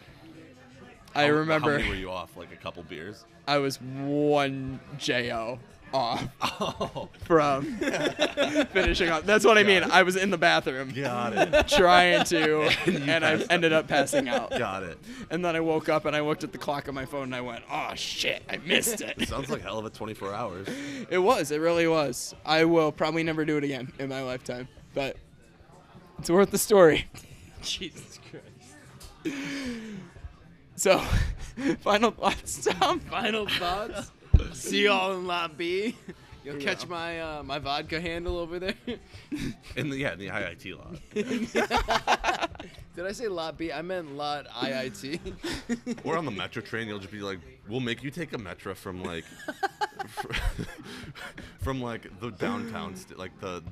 [SPEAKER 1] I
[SPEAKER 3] How- How
[SPEAKER 1] remember
[SPEAKER 3] many were you off? Like a couple beers.
[SPEAKER 1] I was one JO off
[SPEAKER 3] Oh,
[SPEAKER 1] from finishing up. That's what I mean. I was in the bathroom
[SPEAKER 3] got it.
[SPEAKER 1] trying to, and I
[SPEAKER 3] passed
[SPEAKER 1] ended up passing out.
[SPEAKER 3] got it.
[SPEAKER 1] And then I woke up and I looked at the clock on my phone and I went, oh shit, I missed it.
[SPEAKER 3] Sounds like hell of a 24 hours.
[SPEAKER 1] it was, it really was. I will probably never do it again in my lifetime, but it's worth the story.
[SPEAKER 2] Jesus Christ.
[SPEAKER 1] So, final thoughts, Tom.
[SPEAKER 2] Final thoughts. See y'all in Lot B. You'll catch my uh, my vodka handle over there.
[SPEAKER 3] In the yeah, in the IIT lot.
[SPEAKER 2] Did I say Lot B? I meant Lot IIT.
[SPEAKER 3] Or on the metro train, you'll just be like, "We'll make you take a metro from like, fr- from like the downtown, st- like the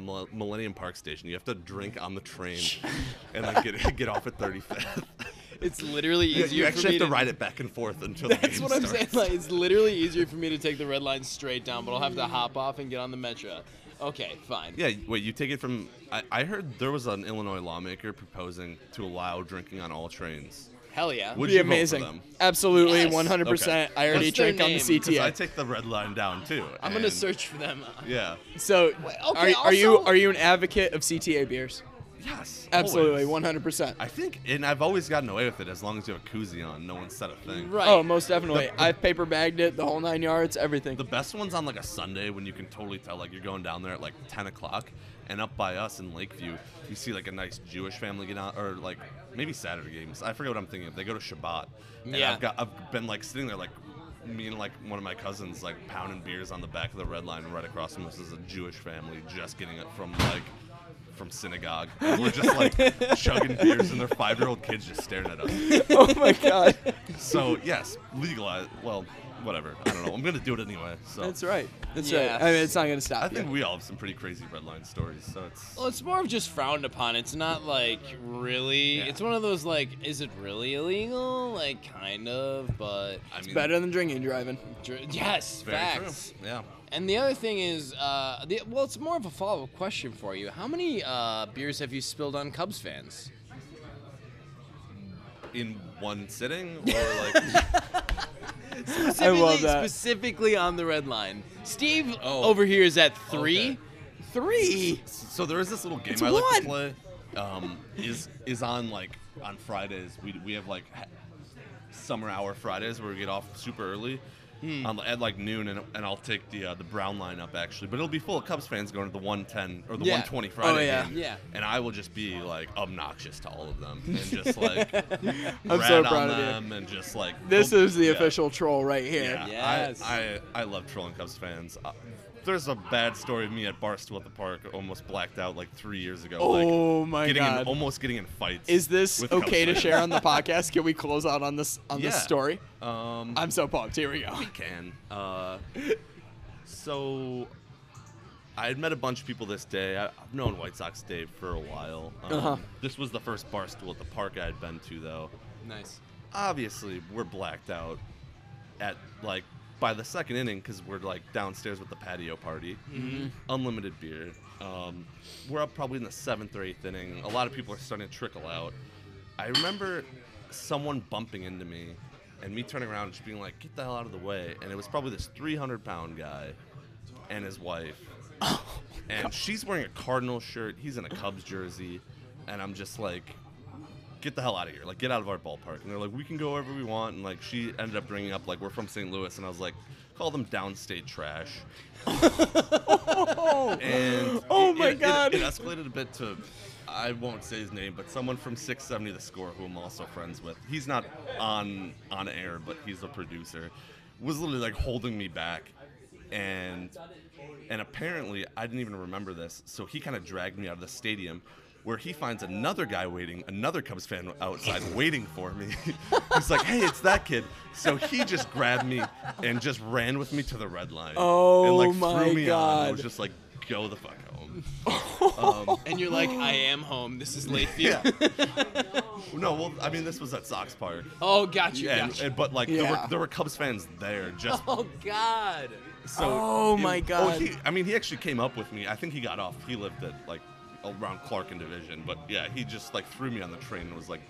[SPEAKER 3] Mil- Millennium Park station. You have to drink on the train, and like get get off at 35th.
[SPEAKER 2] it's literally
[SPEAKER 3] you
[SPEAKER 2] easier
[SPEAKER 3] you
[SPEAKER 2] for
[SPEAKER 3] actually
[SPEAKER 2] me
[SPEAKER 3] have to
[SPEAKER 2] to
[SPEAKER 3] ride it back and forth until the
[SPEAKER 2] That's
[SPEAKER 3] game
[SPEAKER 2] what I'm saying.
[SPEAKER 3] starts.
[SPEAKER 2] Like, it's literally easier for me to take the red line straight down, but I'll have to hop off and get on the metro. Okay, fine.
[SPEAKER 3] Yeah, wait, you take it from. I, I heard there was an Illinois lawmaker proposing to allow drinking on all trains.
[SPEAKER 2] Hell yeah.
[SPEAKER 3] Would
[SPEAKER 1] Be
[SPEAKER 3] you vote for
[SPEAKER 1] amazing.
[SPEAKER 3] them?
[SPEAKER 1] Absolutely,
[SPEAKER 2] Yes.
[SPEAKER 1] 100%.
[SPEAKER 3] Okay.
[SPEAKER 1] I already
[SPEAKER 2] What's their
[SPEAKER 1] drank on the
[SPEAKER 2] name?
[SPEAKER 3] 'Cause I
[SPEAKER 1] CTA.
[SPEAKER 3] take the red line down too.
[SPEAKER 2] I'm gonna
[SPEAKER 3] and-
[SPEAKER 2] search for them.
[SPEAKER 3] Yeah.
[SPEAKER 1] so,
[SPEAKER 2] okay,
[SPEAKER 1] are, are you
[SPEAKER 2] also-
[SPEAKER 1] are you an advocate of CTA beers?
[SPEAKER 3] Yes.
[SPEAKER 1] Absolutely,
[SPEAKER 3] always.
[SPEAKER 1] 100%.
[SPEAKER 3] I think, and I've always gotten away with it as long as you have a koozie on. No one said a thing.
[SPEAKER 2] Right.
[SPEAKER 1] Oh, most definitely. I've paper bagged it, the whole nine yards, everything.
[SPEAKER 3] The best one's on like a Sunday when you can totally tell, like you're going down there at like 10 o'clock, and up by us in Lakeview, you see like a nice Jewish family get out, or like maybe Saturday games. I forget what I'm thinking of. They go to Shabbat, and
[SPEAKER 2] Yeah.
[SPEAKER 3] I've got, I've been like sitting there like. Me and like one of my cousins like pounding beers on the back of the red line right across from us is a Jewish family just getting it from like from synagogue. And we're just like chugging beers and their five year old kids just staring at us.
[SPEAKER 1] oh my god.
[SPEAKER 3] So yes, legalize. Well, whatever. I don't know. I'm gonna do it anyway. So
[SPEAKER 1] That's right. That's
[SPEAKER 2] Yeah.
[SPEAKER 1] right. I mean, it's not going to stop.
[SPEAKER 3] I
[SPEAKER 1] you.
[SPEAKER 3] think we all have some pretty crazy red line stories. So it's
[SPEAKER 2] Well, it's more of just frowned upon. It's not like really.
[SPEAKER 3] Yeah.
[SPEAKER 2] It's one of those like, is it really illegal? Like, kind of, but
[SPEAKER 3] I mean,
[SPEAKER 1] Better than drinking and driving.
[SPEAKER 2] dr- yes,
[SPEAKER 3] very
[SPEAKER 2] facts.
[SPEAKER 3] True. Yeah.
[SPEAKER 2] And the other thing is, uh, the, well, it's more of a follow-up question for you. How many uh, beers have you spilled on Cubs fans?
[SPEAKER 3] In one sitting, or like
[SPEAKER 1] I love
[SPEAKER 2] Specifically-
[SPEAKER 1] that.
[SPEAKER 2] Specifically on the red line. Steve
[SPEAKER 3] Oh.
[SPEAKER 2] over here is at three.
[SPEAKER 3] Okay.
[SPEAKER 1] Three.
[SPEAKER 3] so there is this little game
[SPEAKER 1] It's
[SPEAKER 3] I like
[SPEAKER 1] one.
[SPEAKER 3] to play. Um, is is on like on Fridays. We we have like ha- summer hour Fridays where we get off super early.
[SPEAKER 1] Hmm.
[SPEAKER 3] Um, at like noon, and, and I'll take the uh, the brown line up actually, but it'll be full of Cubs fans going to the 110 or the
[SPEAKER 2] Yeah.
[SPEAKER 3] 120 Friday
[SPEAKER 1] yeah.
[SPEAKER 3] game.
[SPEAKER 2] Yeah.
[SPEAKER 3] and I will just be like obnoxious to all of them and just like
[SPEAKER 1] I'm
[SPEAKER 3] rat
[SPEAKER 1] so
[SPEAKER 3] on
[SPEAKER 1] proud of you.
[SPEAKER 3] them and just like
[SPEAKER 1] This
[SPEAKER 3] they'll-
[SPEAKER 1] is the
[SPEAKER 3] yeah.
[SPEAKER 1] official troll right here.
[SPEAKER 3] Yeah,
[SPEAKER 2] Yes.
[SPEAKER 3] I, I I love trolling Cubs fans. Uh, there's a bad story of me at Barstool at the park, almost blacked out like three years ago. like,
[SPEAKER 1] Oh my
[SPEAKER 3] getting
[SPEAKER 1] god.
[SPEAKER 3] In, almost getting in fights.
[SPEAKER 1] Is this
[SPEAKER 3] with Cubs
[SPEAKER 1] okay to
[SPEAKER 3] fans.
[SPEAKER 1] share on the podcast? Can we close out on this on
[SPEAKER 3] Yeah.
[SPEAKER 1] this story?
[SPEAKER 3] Um,
[SPEAKER 1] I'm so pumped. Here we go.
[SPEAKER 3] can. Uh, so I had met a bunch of people this day. I, I've known White Sox Dave for a while. Um,
[SPEAKER 1] Uh-huh.
[SPEAKER 3] This was the first Barstool at the park I had been to, though.
[SPEAKER 2] Nice.
[SPEAKER 3] obviously we're blacked out at like by the second inning because we're like downstairs with the patio party unlimited beer um, we're up probably in the seventh or eighth inning a lot of people are starting to trickle out i remember someone bumping into me and me turning around and just being like get the hell out of the way and it was probably this 300 pound guy and his wife
[SPEAKER 1] Oh
[SPEAKER 3] and she's wearing a cardinal shirt he's in a cubs jersey and i'm just like get the hell out of here. Like, get out of our ballpark. And they're like, we can go wherever we want. And like, she ended up bringing up like, we're from St. Louis, and I was like, call them downstate trash. and
[SPEAKER 1] Oh
[SPEAKER 3] it-
[SPEAKER 1] my
[SPEAKER 3] it- it-
[SPEAKER 1] God.
[SPEAKER 3] it, escalated a bit to, I won't say his name, but someone from 670 The Score, who I'm also friends with. He's not on on air, but he's a producer. Was literally like holding me back, and and apparently, I didn't even remember this, so he kind of dragged me out of the stadium where he finds another guy waiting, another Cubs fan outside waiting for me. He's like, hey, it's that kid. So he just grabbed me and just ran with me to the red line.
[SPEAKER 1] Oh
[SPEAKER 3] and, like,
[SPEAKER 1] my
[SPEAKER 3] threw me On. I was
[SPEAKER 1] God.
[SPEAKER 3] just like, go the fuck home.
[SPEAKER 2] And you're like, I am home. This is Lakeview.
[SPEAKER 3] Yeah. no, well, I mean, this was at Sox Park.
[SPEAKER 2] Oh, got you,
[SPEAKER 3] And,
[SPEAKER 2] got you.
[SPEAKER 3] and- but like there,
[SPEAKER 1] Yeah.
[SPEAKER 3] were, there were Cubs fans there just
[SPEAKER 2] oh God.
[SPEAKER 3] So
[SPEAKER 1] Oh my God.
[SPEAKER 3] he, I mean, he actually came up with me. I think he got off. He lived at like around Clark and Division, but yeah, he just like threw me on the train and was like,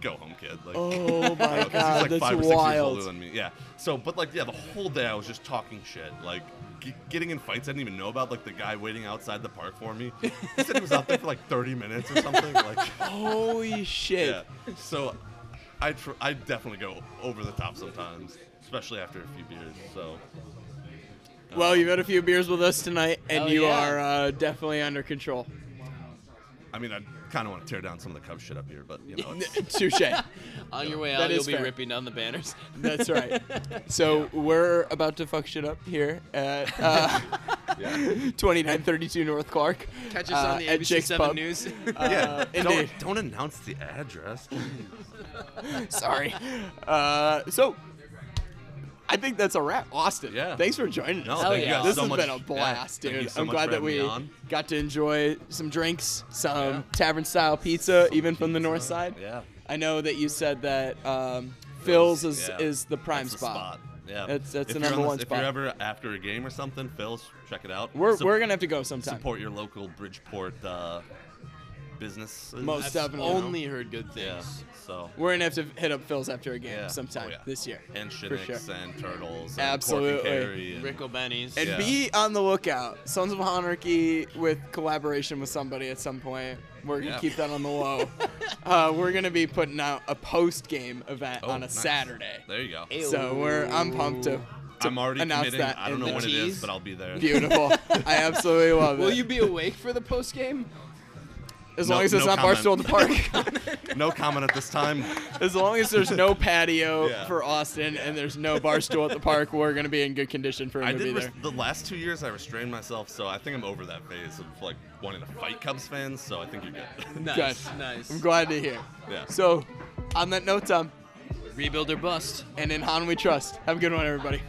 [SPEAKER 3] go home, kid. Like,
[SPEAKER 1] Oh
[SPEAKER 3] I don't know, 'cause
[SPEAKER 1] my god,
[SPEAKER 3] he's like
[SPEAKER 1] that's
[SPEAKER 3] five or six years
[SPEAKER 1] wild.
[SPEAKER 3] older than me. Yeah. So, but like, yeah, the whole day I was just talking shit, like g- getting in fights I didn't even know about. Like the guy waiting outside the park for me. He said he was out there for like 30 minutes or something. Like,
[SPEAKER 1] Holy shit.
[SPEAKER 3] yeah. So, I tr- I definitely go over the top sometimes, especially after a few beers. So,
[SPEAKER 1] Well, you've had a few beers with us tonight, and
[SPEAKER 2] Hell
[SPEAKER 1] you
[SPEAKER 2] yeah.
[SPEAKER 1] are uh, definitely under control.
[SPEAKER 3] I mean, I kind of want to tear down some of the Cubs shit up here, but you know,
[SPEAKER 1] N-
[SPEAKER 3] it's,
[SPEAKER 1] Touche.
[SPEAKER 2] On your way
[SPEAKER 1] That
[SPEAKER 2] out, you'll
[SPEAKER 1] is
[SPEAKER 2] be
[SPEAKER 1] fair.
[SPEAKER 2] ripping down the banners.
[SPEAKER 1] That's right. So we're about to fuck shit up here at uh,
[SPEAKER 3] yeah.
[SPEAKER 1] 2932 North Clark.
[SPEAKER 2] Catch us
[SPEAKER 1] uh,
[SPEAKER 2] on the
[SPEAKER 1] at
[SPEAKER 2] ABC
[SPEAKER 1] Jake's
[SPEAKER 2] 7
[SPEAKER 1] Pub.
[SPEAKER 2] News.
[SPEAKER 3] yeah.
[SPEAKER 1] indeed.
[SPEAKER 3] Don't, don't announce the address.
[SPEAKER 1] Sorry. Uh, so I think that's a wrap. Austin,
[SPEAKER 3] Yeah.
[SPEAKER 1] thanks for joining
[SPEAKER 3] No,
[SPEAKER 1] us.
[SPEAKER 2] Hell
[SPEAKER 3] thank
[SPEAKER 2] yeah.
[SPEAKER 3] you guys
[SPEAKER 1] this
[SPEAKER 3] so
[SPEAKER 1] has
[SPEAKER 3] much.
[SPEAKER 1] been a
[SPEAKER 3] Yeah,
[SPEAKER 1] blast,
[SPEAKER 3] thank you
[SPEAKER 1] dude.
[SPEAKER 3] so
[SPEAKER 1] I'm
[SPEAKER 3] much
[SPEAKER 1] glad
[SPEAKER 3] for
[SPEAKER 1] that
[SPEAKER 3] having me
[SPEAKER 1] we
[SPEAKER 3] on.
[SPEAKER 1] got to enjoy some drinks, some tavern style pizza, even from the north side.
[SPEAKER 3] Yeah.
[SPEAKER 1] I know that you said that um, Phil's is,
[SPEAKER 3] Yeah.
[SPEAKER 1] is the prime
[SPEAKER 3] That's the
[SPEAKER 1] spot.
[SPEAKER 3] Yeah,
[SPEAKER 1] That's- that's
[SPEAKER 3] If
[SPEAKER 1] the
[SPEAKER 3] you're
[SPEAKER 1] number
[SPEAKER 3] on
[SPEAKER 1] one
[SPEAKER 3] if
[SPEAKER 1] spot.
[SPEAKER 3] you're ever after a game or something, Phil's check it out.
[SPEAKER 1] We're,
[SPEAKER 3] Sup-
[SPEAKER 1] we're gonna have to go sometime.
[SPEAKER 3] support your local Bridgeport uh, business.
[SPEAKER 1] Most
[SPEAKER 2] I've
[SPEAKER 1] definitely.
[SPEAKER 2] only heard good
[SPEAKER 3] yeah.
[SPEAKER 2] things.
[SPEAKER 3] So
[SPEAKER 1] We're gonna have to hit up Phil's after a game
[SPEAKER 3] yeah.
[SPEAKER 1] sometime
[SPEAKER 3] Oh, yeah.
[SPEAKER 1] this year.
[SPEAKER 3] and
[SPEAKER 1] for
[SPEAKER 3] Shinix
[SPEAKER 1] sure.
[SPEAKER 3] and Turtles, and
[SPEAKER 1] Absolutely.
[SPEAKER 3] Corky Carey and
[SPEAKER 2] Rick O'Benny's.
[SPEAKER 1] And
[SPEAKER 3] Yeah.
[SPEAKER 1] be on the lookout. Sons of Anarchy with collaboration with somebody at some point. We're gonna
[SPEAKER 3] Yeah.
[SPEAKER 1] keep that on the low. uh, we're gonna be putting out a post game event
[SPEAKER 3] Oh,
[SPEAKER 1] on a
[SPEAKER 3] nice.
[SPEAKER 1] Saturday.
[SPEAKER 3] There you go.
[SPEAKER 1] So we're I'm pumped to, to
[SPEAKER 3] I'm already
[SPEAKER 1] announce
[SPEAKER 3] committing.
[SPEAKER 1] that.
[SPEAKER 3] I don't
[SPEAKER 1] in
[SPEAKER 3] know
[SPEAKER 1] the
[SPEAKER 3] when it
[SPEAKER 2] tease.
[SPEAKER 3] is, but I'll be there.
[SPEAKER 1] Beautiful. I absolutely love it.
[SPEAKER 2] Will you be awake for the post game?
[SPEAKER 1] as
[SPEAKER 3] No-
[SPEAKER 1] long as it's
[SPEAKER 3] no
[SPEAKER 1] not Barstool in
[SPEAKER 3] comment.
[SPEAKER 1] the park.
[SPEAKER 3] No comment at this time.
[SPEAKER 1] as long as there's no patio
[SPEAKER 3] Yeah.
[SPEAKER 1] for Austin and there's no Barstool at the park, we're gonna be in good condition for him
[SPEAKER 3] I
[SPEAKER 1] to
[SPEAKER 3] did
[SPEAKER 1] be
[SPEAKER 3] res-
[SPEAKER 1] there.
[SPEAKER 3] the last two years. I restrained myself, so I think I'm over that phase of like wanting to fight Cubs fans. So I think you're good.
[SPEAKER 2] Nice, nice.
[SPEAKER 1] I'm glad to hear.
[SPEAKER 3] yeah.
[SPEAKER 1] So, on that note, Tom,
[SPEAKER 2] Rebuild or bust.
[SPEAKER 1] and in Han we trust. Have a good one, everybody.